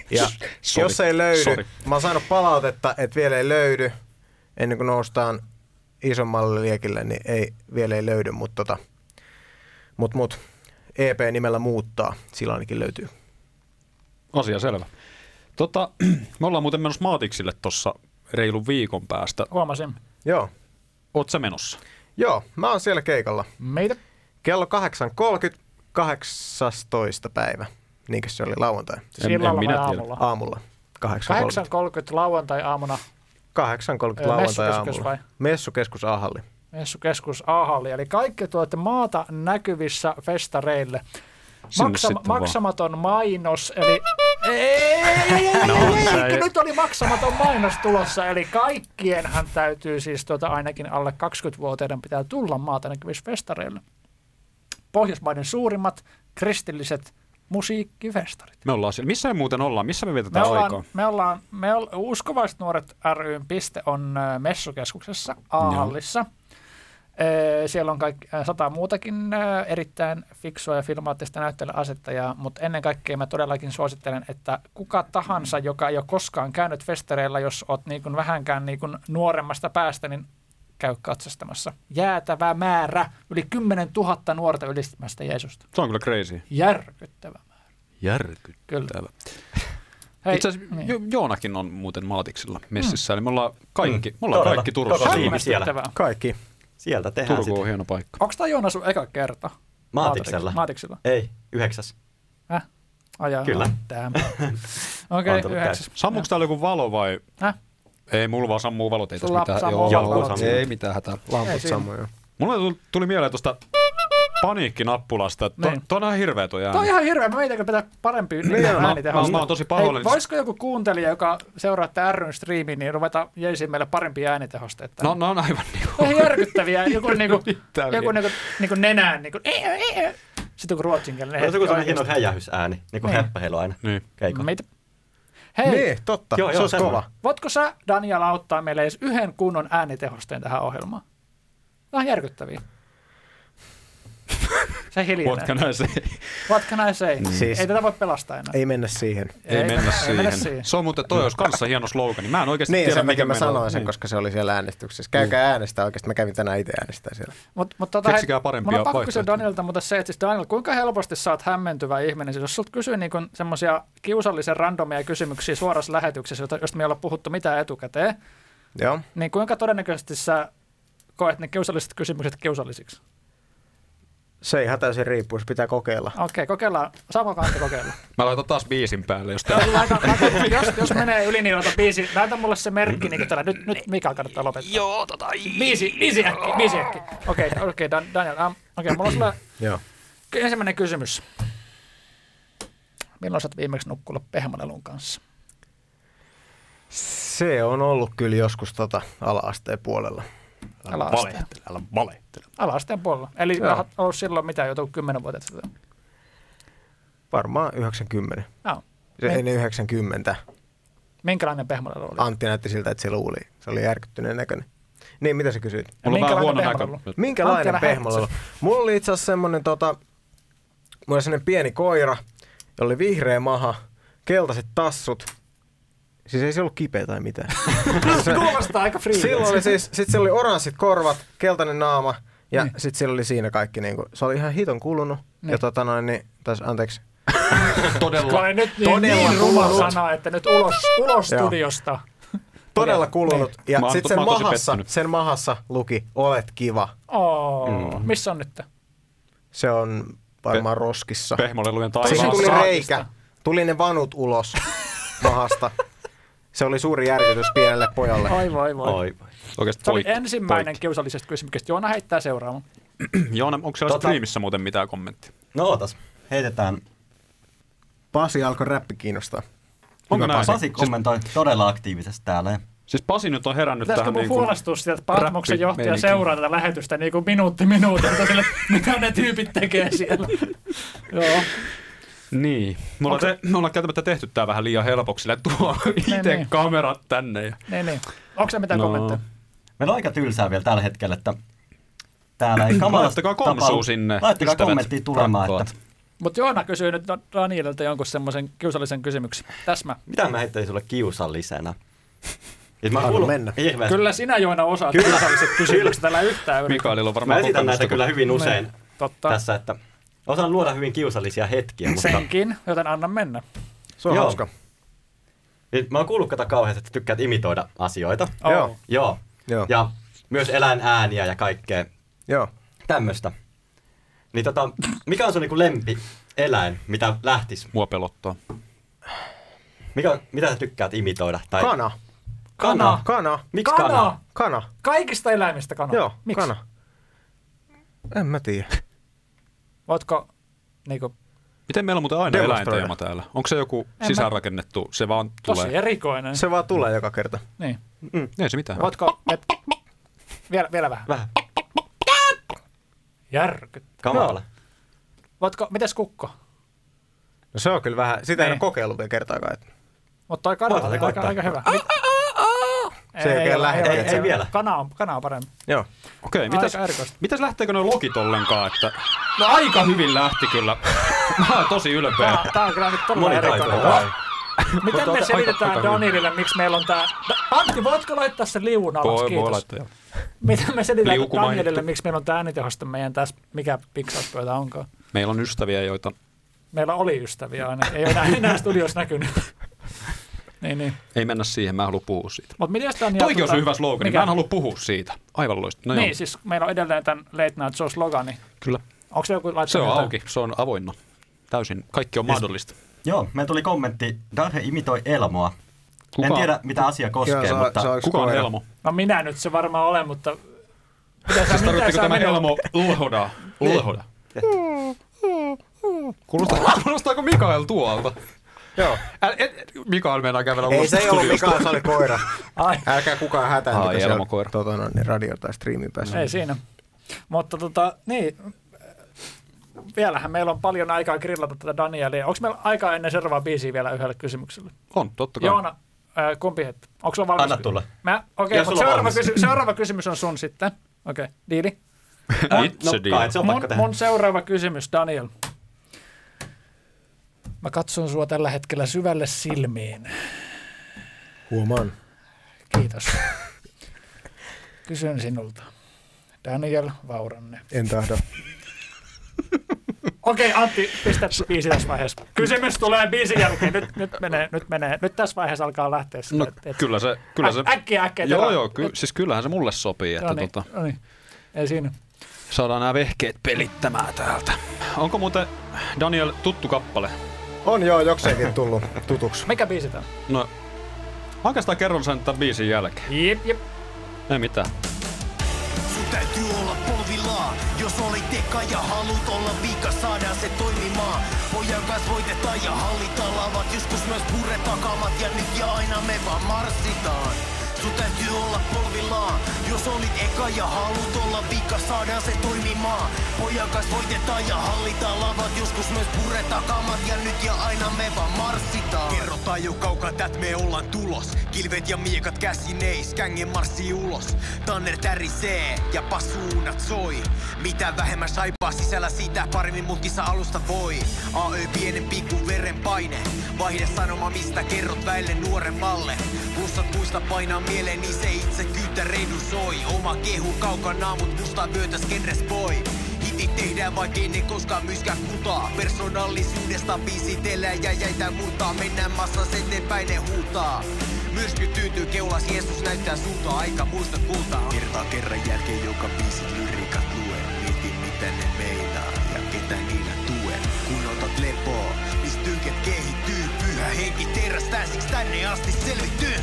Ja
Sori.
jos ei löydy,
Sori.
mä oon saanut palautetta, että vielä ei löydy, ennen kuin noustaan isommalle liekille, niin ei, vielä ei löydy, mutta tota, mut, mut, EP-nimellä muuttaa, sillä ainakin löytyy.
Asia selvä. Tota, [CLEARS THROAT] me ollaan muuten menossa Maatiksille tuossa reilun viikon päästä.
Huomasin.
Joo.
Oot sä menossa?
Joo, mä oon siellä keikalla.
Meitä.
Kello 8.30, 18. päivä. Niinkö se oli lauantai? Siis
En- en
Sillalla
minä
vai
tiedä.
aamulla?
aamulla. 8.30.
8.30 lauantai-aamuna
8.30
Ö,
lauantai
messukeskus
aamulla.
vai?
Messukeskus Ahalli.
Messukeskus Ahalli. Eli kaikki tuotte maata näkyvissä festareille.
Sinne
Maksa,
sitten vaan.
maksamaton mainos, eli... Ei, ei, ei, ei,
No,
ei, ei, ei, kun nyt oli maksamaton mainos tulossa, eli kaikkienhan täytyy siis tuota, ainakin alle 20-vuotiaiden pitää tulla maata näkyvissä festareille. Pohjoismaiden suurimmat kristilliset musiikkifestarit.
Me ollaan siellä. Missä me muuten ollaan? Missä me
Me
vietetään aikaa?
ollaan, me ollaan, me olla, Uskovaiset nuoret ryn piste on ö, messukeskuksessa A-hallissa. Ö, Siellä on kaikki, ö, sata muutakin ö, erittäin fiksua ja filmaattista näyttelyä asettajaa, mutta ennen kaikkea mä todellakin suosittelen, että kuka tahansa, joka ei ole koskaan käynyt festareilla, jos oot niin kuin vähänkään niin kuin nuoremmasta päästä, niin käy katsastamassa. Jäätävä määrä, yli 10 000 nuorta ylistämästä Jeesusta.
Se on kyllä crazy.
Järkyttävä määrä,
Järkyttävä.
kyllä.
Itse asiassa
niin.
jo, Joonakin on muuten Maatiksilla messissä, eli me ollaan kaikki,
Mm.
me ollaan
Todella,
kaikki Turussa.
todella.
Siinä.
siellä.
Hämmästyttävää.
Kaikki.
Sieltä tehdään
Turku on
sitä.
hieno paikka.
Onko tämä Joona sun eka kerta?
Maatiksella.
Maatiksella.
Ei, yhdeksäs.
Häh? Ajaa.
Kyllä. [LAUGHS]
Okei,
On tullut
okay, yhdeksäs.
Sammuuko täällä joku valo vai?
Häh?
Ei, mulla vaan sammuu valot, ei tässä
Sulla
mitään.
sammuu
valot. Joo, sammuu.
Ei mitään hätää.
Ei
Lamput
siinä.
samoja.
Mulle tuli- tuli mieleen tuosta paniikkinappulasta. että To,
Niin.
toi on ihan hirveä toi
Tuo on
ääni.
ihan hirveä, me meitä pitää parempi niin,
on. Mä-
äänitehosta.
mä- mä oon tosi pahoillani.
Ei, Voisiko joku kuuntelija, joka seuraa tätä ryn striimiä, niin ruveta jeisiin meille parempia äänitehosteita?
No, no on aivan niinku.
Ihan järkyttäviä. Joku, niinku,
Hirvittäviä.
joku niinku, niinku nenään. Niinku, "Ei, ei, ei." Sitten kun ruotsin kielinen.
No, Se on joku sellainen hieno
oikeasti.
häjähysääni, niin kuin
Niin.
häppäheilu aina
Niin.
keikolla.
Meitä. Hei,
Niin, totta.
Joo,
Joo, se
joo,
olisi
semmoinen.
kova.
Voitko sä, Daniel, auttaa meille edes yhden kunnon äänitehosteen tähän ohjelmaan? Tämä on järkyttäviä. Se hiljenee.
What can I say?
What can I say?
Siis-
Siis... Ei tätä voi pelastaa enää.
Ei mennä siihen.
Ei, mennä, siihen.
Ei mennä siihen.
Se on muuten, toi olisi kanssa hieno slogani. Mä en oikeasti
Niin,
tiedä,
se mikä mä
meillä on.
sanoin sen,
Niin.
koska se oli siellä äänestyksessä. Käykää äänestää oikeasti. Mä kävin tänään itse äänestää siellä.
Mut, mut tota,
Keksikää
hei,
parempia
Mulla on pakko kysyä
vaihtoehtoja.
Danielta, mutta se, että siis Daniel, kuinka helposti sä oot hämmentyvä ihminen? Siis jos sut kysyy niin semmoisia kiusallisen randomia kysymyksiä suorassa lähetyksessä, jota- josta me ei olla puhuttu mitään etukäteen,
Joo.
niin kuinka todennäköisesti sä koet ne kiusalliset kysymykset kiusallisiksi?
Se ei hätäisin riippuu, se pitää kokeilla.
Okei, okay, kokeillaan. Sama kanta kokeilla.
Mä laitan taas biisin päälle, jos tää...
Jos laita, laita, jos, jos menee yli, niin ota biisi. Näytä mulle se merkki, niin tällä. Nyt, nyt Mika kannattaa lopettaa. Joo, tota... Biisi, biisi äkki, biisi äkki. Okei, okay, okei, okay, Daniel. Um, okei, okay, mulla on sulle
Joo.
ensimmäinen kysymys. Milloin sä oot viimeksi nukkunut pehmalelun kanssa?
Se on ollut kyllä joskus tota ala-asteen puolella.
Ala
valehtele, älä valehtele.
Ala-asteen puolella. Eli
Joo.
Joo. ollut silloin mitä, joku kymmenen vuotta sitten.
Varmaan 90.
No.
Se niin-
Me-
ennen 90.
Minkälainen pehmalelu oli?
Antti näytti siltä, että se luuli. Se oli järkyttyneen näköinen. Niin, mitä sä kysyit?
Mulla on vähän
Minkälainen
huono
pehmolelu?
näkö.
Minkälainen
Antti, älä
pehmolelu? Mulla oli itse asiassa semmonen tota, mulla oli semmonen pieni koira, jolla oli vihreä maha, keltaiset tassut. Siis ei se ollut kipeä tai [LAUGHS] mitään. se,
Kuulostaa aika free.
silloin oli siis, sit sillä oli oranssit korvat, keltainen naama ja mm. sit sillä oli siinä kaikki niinku, se oli ihan hiton kulunut. Ja tota noin, niin, tai anteeksi,
Kun
Todella.
oli nyt niin,
Todella
niin ruma
kulunut.
sana, että nyt ulos, ulos
Joo.
studiosta.
todella kulunut. Ja
Mä oon-
sit
mä
sen
oon tosi
mahassa,
pettynyt.
sen mahassa luki, olet kiva.
Oh. Missä on nyt?
Se on varmaan roskissa.
Pehmolelujen
Siihen
taivaassa.
tuli
saatista.
reikä. Tuli ne vanut ulos mahasta. Se oli suuri järkytys pienelle pojalle.
Oi voi voi.
Oi.
Oikeesti
Se oli
poikki,
ensimmäinen kiusallisesta kysymyksestä. Joona heittää seuraavan.
poikki. Joona, onko siellä
Tota-
striimissä muuten mitään kommenttia?
No ootas, heitetään.
Pasi alkoi räppi kiinnostaa.
Onko näin?
Pasi
Siis,
kommentoi todella aktiivisesti täällä.
siis Pasi nyt on herännyt
Pitäisikö
tähän
mun
niin
huolestua sitä, että Patmoksen johtaja
räppimeininki.
seuraa tätä lähetystä niin kuin minuutti minuutilta sille, [LAUGHS] mitä ne tyypit tekee siellä. Joo.
Niin. Me ollaan, te, me ollaan käytämättä tehty tää vähän liian helpoksi, sillä tuo itse
[LAUGHS] niin.
kamerat tänne. Ja...
Niin, niin. Onko se mitään no. kommentteja?
Meillä on aika tylsää vielä tällä hetkellä, että täällä ei kamalasta
Laittakaa komsua sinne,
Laittakaa
ystävät,
kommenttia tulemaan,
rakkaat.
että
Mutta Joona kysyy nyt Dan- Danielilta jonkun semmoisen kiusallisen kysymyksen. Täsmä.
mitä mä heittäisin sulle kiusallisena. Ja mä
Anna
oon kuullut
mennä.
hirveästi.
Kyllä sinä Joona osaat kiusalliset kysymykset, tällä yhtään yritä.
Mikaelilla on
Mä
varmaan
esitän näitä
kokemusta.
kyllä hyvin usein
Totta.
tässä, että osaan luoda hyvin kiusallisia hetkiä, mutta
Senkin, joten anna mennä.
Se on
Joo.
hauska.
Nyt mä oon kuullut kato kauheasti, että tykkäät imitoida asioita.
Oh.
Joo.
Joo.
Joo.
Ja myös eläinääniä ja kaikkea
Joo.
tämmöistä. Niin tota, mikä on sun niinku lempi eläin, mitä lähtis?
Mua pelottaa.
Mikä, on- mitä sä tykkäät imitoida? Tai
Kana.
Kana.
Kana.
Miksi kana?
Kana.
Kana.
Kaikista eläimistä kana.
Joo,
Miksi?
kana. En mä tiedä.
Voitko niinku,
Miten meillä on muuten aina
Demonstroida.
eläinteema täällä? Onko se joku
mä-
sisäänrakennettu, se vaan
tosi
tulee?
erikoinen. Se...
Se vaan tulee joka kerta.
Niin.
Ei se mitään.
Voitko, et... vielä, vielä vähän.
Vähän
Järkyt.
kamala.
Voitko, mites kukko?
No se on kyllä vähän, sitä ei
Niin.
ole kokeillut vielä kertaakaan. että-
Mutta toi kana
Voithan
oli
te
aika, aika hyvä. Mit-
Se ei oikein
ole,
lähde,
ole,
ei- ei vielä.
Kana on, kana on parempi.
Joo.
Okei,
Aika
mitäs,
erikoista.
mitäs lähteekö ne lokit ollenkaan? Että... No aika hyvin lähti kyllä. [LAUGHS] Mä oon tosi ylpeä.
Tää, tää on kyllä nyt todella
Moni
erikoinen.
taito.
Miten me
Tuota, aika-
selitetään
aika hyvä.
Danielille, miksi meillä on tää... No, Antti, voitko laittaa sen liuun alas?
Voi, voi
Kiitos.
laittaa. joo.
Miten me selitetään
Liuku
Danielille,
mainittu.
miksi meillä on tää äänitehosta meidän tässä, mikä piksauspöytä onkaan?
Meillä on ystäviä, joita
Meillä oli ystäviä aina. Ei ole enää, enää studiossa näkynyt. [LAUGHS] niin, niin.
ei mennä siihen, mä haluan puhua siitä.
Mut miten Daniel...
Toikin on
tota,
hyvä slogan, niin
mikä-
mä en halua puhua siitä. Aivan loistava. No
niin,
joo,
siis meillä on edelleen tämän Late Night Show slogani.
kyllä.
Onko se joku laittanut
Se on
jotain?
auki, se on avoinna. Täysin. Kaikki on mahdollista.
Joo, meillä tuli kommentti, Darhe imitoi Elmoa.
Kuka,
En tiedä, mitä asia koskee,
Joo, se on-
mutta...
se on-
kuka on Siis
koira.
Elmo?
No minä nyt se varmaan olen, mutta... Mitä sä, mitä
Tarvitseeko
sä
Siis tämä
minun-
Elmo ulhoda? Ulhoda. [LAUGHS] Kuulostaa, kuulostaako Mikael tuolta?
Joo.
Äl, et, Mikael meinaa kävellä
Ei
ulos
se ei ollut
studiosta.
Mika, se oli koira.
Ai,
Älkää kukaan hätääntykö
Ai,
siellä
elmokoira.
tota, noin, niin radio tai striimin päässä.
ei siinä. Mutta tota, niin... Vielähän meillä on paljon aikaa grillata tätä Danielia. Onko meillä aikaa ennen seuraavaa biisiä vielä yhdellä kysymyksellä?
On, totta kai.
Joona, äh, kumpi hetki? Onko sulla valmis?
Anna tulla.
Mä, okei, okay,
Jos sulla on
seuraava,
valmis.
kysy- seuraava kysymys on sun sitten. Okei, okay, diili.
Itse
Nokkaa,
diil.
No, et se on
Mun,
pakko tehdä.
mun seuraava kysymys, Daniel. Mä katson sua tällä hetkellä syvälle silmiin.
Huomaan.
Kiitos. [LAUGHS] Kysyn sinulta. Daniel Vauranne.
En tahdo.
Okei, Antti, pistä biisi tässä vaiheessa. Kysymys tulee biisin jälkeen. Nyt, nyt menee, nyt menee. Nyt tässä vaiheessa alkaa lähteä sitä.
No,
et- et-
kyllä se, kyllä
Äk-
se,
äkkiä, äkkiä.
joo,
terä-
joo, ky, siis kyllähän se mulle sopii,
No
että
niin,
tota,
no niin. Ei siinä.
saadaan nämä vehkeet pelittämään täältä. Onko muuten, Daniel, tuttu kappale?
On joo, jokseenkin tullut tutuksi.
Mikä biisi tämä?
No, oikeastaan kerron sen tämän biisin jälkeen.
Jep, jep.
Ei mitään.
Sun täytyy olla polvillaan, jos olet teka ja haluut olla vika, saadaan se toimimaan. Pojan kanssa voitetaan ja hallitaan lavat, joskus myös puretaan kamat ja nyt ja aina me vaan marssitaan. Sun täytyy olla polvillaan, jos olit eka ja haluut olla vika, saadaan se toimimaan. Pojan kanssa voitetaan ja hallitaan lavat, joskus myös puretaan kamat ja nyt ja aina me vaan marssitaan. Kerrotaan jo kaukaa, tät me ollaan tulos. Kilvet ja miekat käsineis, kängen marssi ulos. Tanner tärisee ja pasuunat soi. Mitä vähemmän saipaa sisällä, sitä paremmin mutkissa alusta voi. AÖ pienempi kuin verenpaine. Vaihde sanoma, mistä kerrot väille nuoremmalle. Plussat muista painaa mieleen, niin se itsekyyttä redusoi. Oma kehu kaukana, mut musta vyötä skenres voi. Hitit tehdään vaikkei ne koskaan myskään kutaa Persoonallisuudesta viisitellään ja jäitä murtaa Mennään massas eteenpäin ne huutaa Myrsky tyytyy keulas, Jeesus näyttää suuntaa Aika muista kultaa Kertaa kerran jälkeen joka biisit lyriikat luen Mietin mitä ne meinaa ja ketä niillä tuen Kun otat lepoa, mistä tyket kehittyy Pyhä henki terästää, siksi tänne asti selvittyy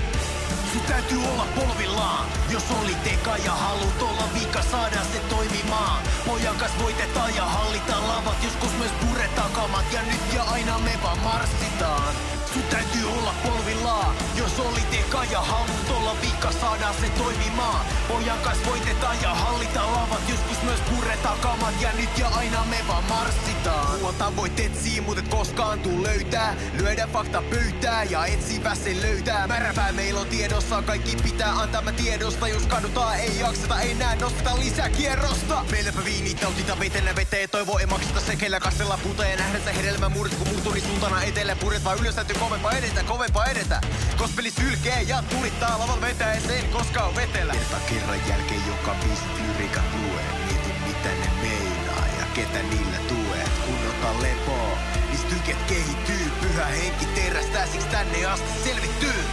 sun täytyy olla polvillaan Jos olit eka ja haluut olla vika Saada se toimimaan Pojan kanssa voitetaan ja hallitaan lavat Joskus myös puretaan kamat Ja nyt ja aina me vaan marssitaan Sun täytyy olla polvillaan Jos olit eka ja haluut olla vika Saada se toimimaan Pojan kanssa voitetaan ja hallitaan lavat Joskus myös puretaan kamat Ja nyt ja aina me vaan marssitaan Tuota Mua tavoitteet siimut et koskaan tuu löytää Lyödä fakta pöytää ja etsivä se löytää Märäpää meillä on tiedossa, kaikki pitää antaa mä tiedosta Jos kadutaan ei jakseta enää, nosteta lisää kierrosta Meilläpä viinit nautita vetenä veteen ja toivo ei makseta sekellä Kastella puuta ja nähdä se hedelmä murret kun murturi suuntana etelä Puret vaan ylös täytyy kovempaa edetä, kovempaa edetä Kospeli sylkee ja tulittaa lavan vetää ja sen koska on vetellä Kerta kerran jälkeen joka biisit lyrikat lue Mieti mitä ne meinaa ja ketä niillä tuet Kun ota lepoa, niistä tyket kehittyy Pyhä henki terästää, siksi tänne asti selvittyy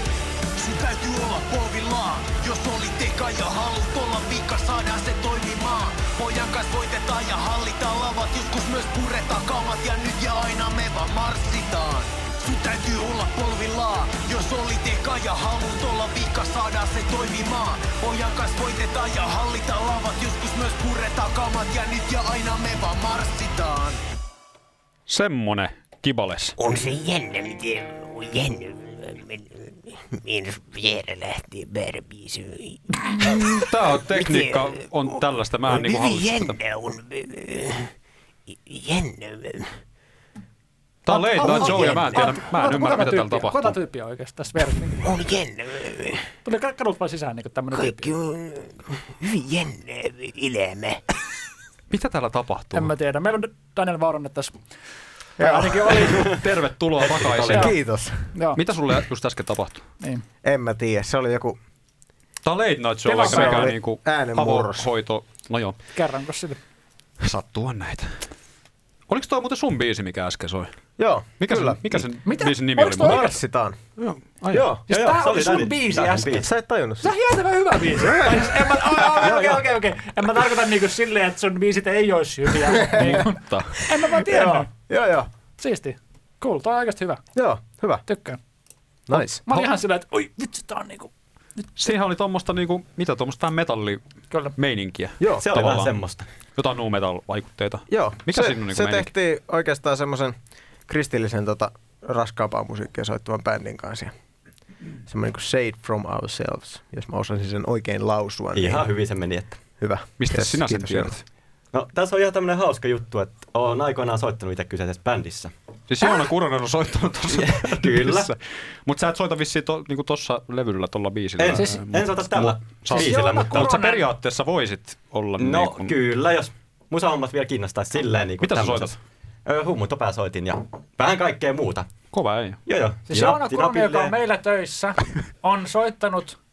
Sun täytyy olla polvillaan, jos olit eka ja haluut olla vika Saadaan se toimimaan, pojan kanssa voitetaan ja hallitaan lavat Joskus myös puretaan kamat ja nyt ja aina me vaan marssitaan Sun täytyy olla polvillaan, jos olit eka ja haluut olla vika Saadaan se toimimaan, pojan kanssa voitetaan ja hallitaan lavat Joskus myös puretaan kamat ja nyt ja aina me vaan marssitaan
Semmonen kibales.
On se jännä, miten on jännä. Minus vierä lähtee väärä biisi.
Tää on tekniikka,
Miten?
on tällaista. Mä en
on
niinku
hyvin
hallitse tätä.
jännä, on äh, jännä.
Tää on Late Night Show ja mä en tiedä,
Antti,
mä en ymmärrä mitä täällä
Kuka
tapahtuu.
tyyppiä oikeasti tässä verran? Niin,
On jännä. äh,
tuli ka- kadut vaan sisään niin tämmöinen tyyppi.
Kaikki on hyvin jännä elämä.
Mitä täällä tapahtuu?
En mä tiedä. Meillä on Daniel Vauranne tässä. Tai ainakin oli.
Tervetuloa takaisin.
Joo.
Kiitos.
Joo,
Mitä sulle just äsken tapahtui?
niin.
En mä tiedä, se oli joku...
Tää on Late Night Show,
Tevakka
eikä mikään
oli
niinku
äänenmurros.
avohoito. No joo,
Kerranko sitä?
sattua näitä. Oliko toi muuten sun biisi, mikä äsken soi?
Joo,
Mikä,
Kyllä.
Sen, mikä sen
Mitä?
biisin nimi
Oliko
oli?
toi
Mä-
oikeasti?
Marssitaan.
Ai,
Joo.
Joo,
Siis
joo,
tää
se
oli sun
Danin-
biisi
Danin
äsken.
biisi.
Sä et tajunnut
Se
sitä.
on jäätävän hyvä biisi. Tai siis en mä, ai, ai, okei, okei, okei. En mä tarkoita niinku silleen, että sun biisit ei olisi
[LAUGHS]
hyviä. Niin kun-
Mutta
en mä vaan tiedä.
Joo, joo.
Siisti. Cool, toi on oikeasti hyvä.
Joo, hyvä.
Tykkään.
Nice.
Mä olin ihan sillä, että oi vitsi, tää on niinku...
siihen oli tommosta niinku, mitä tommosta vähän metallimeininkiä.
Kyllä.
Joo,
Se oli vähän
Tavallaan.
semmoista.
Jotain nu metal vaikutteita.
joo.
Mikä
se,
siinä on niinku
se
meininki?
tehtiin oikeastaan semmoisen kristillisen tota, raskaampaa musiikkia soittavan bändin kanssa. ja Semmoinen kuin Shade from Ourselves, jos mä osasin sen oikein lausua. niin
Ihan hyvin se meni, että
Hyvä.
Mistä
Yes,
sinä sen
kiitos,
tiedät?
No, tässä on ihan tämmöinen hauska juttu, että Olen aikoinaan soittanut itse kyseisessä bändissä.
Siis Joona Kuronen on soittanut tuossa
Kyllä.
Mutta sä et soita vissiin to, niinku tuossa levyllä tuolla biisillä.
En, siis, en soita tällä
Sä-
biisillä,
Joona
mutta...
Mutta sä
Kuronen-
periaatteessa voisit olla
No
niin kun,
kyllä, jos musahommat vielä kiinnostaa silleen. Niin
Mitä sä
Hummutopää soitin ja vähän kaikkea muuta.
kova ei.
Joo joo.
Siis
Tina-
Joona
Tina
Kurmi, joka
Pilleen.
on meillä töissä, on soittanut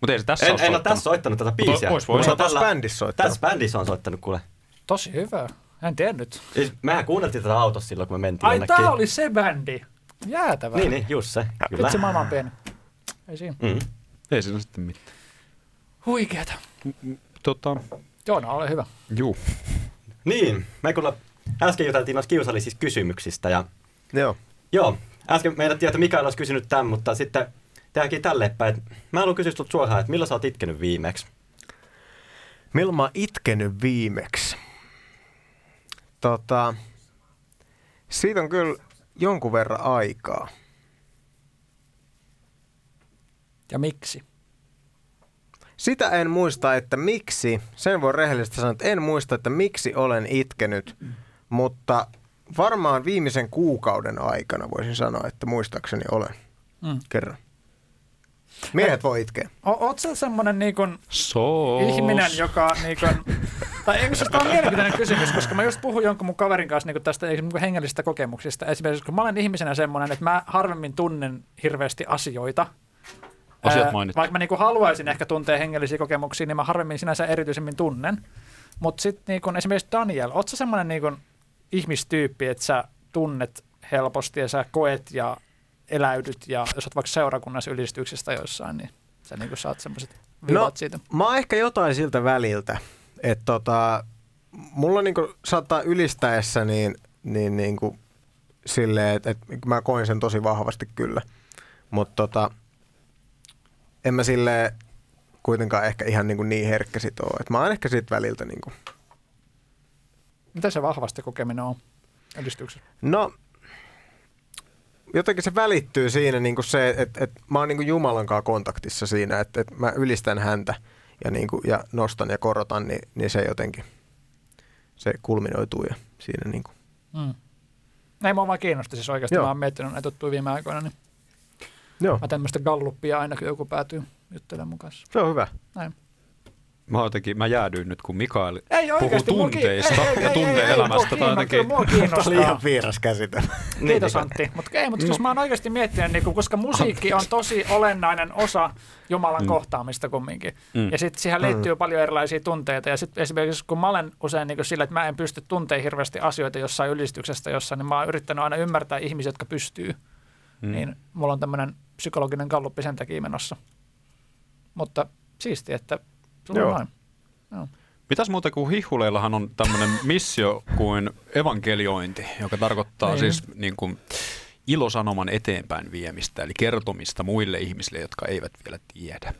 Mutta ei se tässä
En,
ole
en ole
soittanut.
tässä soittanut tätä biisiä.
Ois voinut.
Mutta
Oot
tällä-
tässä bändissä soittanut.
Tässä bändissä on soittanut kuule.
tosi hyvää. En tiennyt.
Siis mehän kuunneltiin tätä autossa silloin, kun me mentiin
Ai,
jonnekin.
tää oli se bändi. Jäätävä.
Niin, niin, just se. Kyllä.
Vitsi, maailman pieni. Ei siinä.
Mm.
Ei siinä sitten mitään.
Huikeeta.
Tota,
Joona, ole hyvä.
juu.
Niin, me kyllä äsken juteltiin noista kiusallisista kysymyksistä ja
Joo.
Joo, äsken meidän tiedä, että Mikael olisi kysynyt tämän, mutta sitten tehdäänkin tälle päin. että Mä haluan kysyä sinulta suoraan, että milloin sä oot itkenyt viimeksi?
Milloin mä oon itkenyt viimeksi? Tota, siitä on kyllä jonkun verran aikaa.
Ja miksi?
Sitä en muista, että miksi, sen voi rehellisesti sanoa, että en muista, että miksi olen itkenyt, mutta varmaan viimeisen kuukauden aikana voisin sanoa, että muistaakseni olen
Mm.
kerran. Miehet voi itkeä.
O- oot sä semmonen niinkun
Soos.
ihminen, joka niinkun... Tai eikö siis tämä on mielenkiintoinen kysymys, koska mä just puhun jonkun mun kaverin kanssa niin tästä niin hengellisistä kokemuksista. Esimerkiksi kun mä olen ihmisenä semmoinen, että mä harvemmin tunnen hirveästi asioita.
Asiat
Ää,
mainittu.
Vaikka mä niin haluaisin ehkä tuntea hengellisiä kokemuksia, niin mä harvemmin sinänsä erityisemmin tunnen. Mutta sitten niin esimerkiksi Daniel, oot sä semmoinen niin ihmistyyppi, että sä tunnet helposti ja sä koet ja eläydyt ja jos oot vaikka seurakunnassa yhdistyksestä joissain, niin sä niin saat semmoiset vivat no. siitä.
Mä oon ehkä jotain siltä väliltä, että tota, mulla niinku saattaa ylistäessä niin, niin niinku silleen, että et mä koin sen tosi vahvasti kyllä. Mutta tota, en mä sille kuitenkaan ehkä ihan niinku niin herkkä sit oo. Et mä oon ehkä sit väliltä niinku.
Mitä se vahvasti kokeminen on yhdistyksessä?
No, jotenkin se välittyy siinä niinku se, että et mä oon niinku Jumalan kanssa kontaktissa siinä, että et mä ylistän häntä ja, niinku, ja nostan ja korotan, niin, niin se jotenkin se kulminoituu ja siinä niinku.
Mm. Ei mua vaan kiinnosta siis oikeasti. Joo.
Joo.
Mä oon miettinyt näitä juttuja viime aikoina, niin
Joo,
mä tämmöistä galluppia aina, kun joku päätyy juttelemaan mun kanssa.
se on hyvä.
Näin.
Mä, jotenkin, mä jäädyin nyt, kun Mikael
Ei
puhuu
oikeasti. mua kiin-
tunteista
ei, ei, ei,
ja
ei, ei, mua
tunteelämästä.
kiinno-
Tai jotenkin,
kyllä Mua kiinnostaa.
vieras käsite.
Kiitos Antti. Mutta ei, mutta siis mä oon oikeasti miettinyt, niin kun, koska musiikki on tosi olennainen osa Jumalan mm. kohtaamista kumminkin. Mm. Ja sitten siihen liittyy mm. paljon erilaisia tunteita. Ja sitten esimerkiksi kun mä olen usein niin sillä, että mä en pysty tuntemaan hirveästi asioita jossain ylistyksestä jossain, niin mä oon yrittänyt aina ymmärtää ihmisiä, jotka pystyy. Mm. Niin mulla on tämmöinen psykologinen galluppi sen takia menossa. Mutta siistiä, että sulla on
Joo.
noin.
Mitäs muuta kuin hihuleillahan on tämmöinen missio kuin evankeliointi, joka tarkoittaa
Niin.
siis niin kuin ilosanoman eteenpäin viemistä, eli kertomista muille ihmisille, jotka eivät vielä tiedä.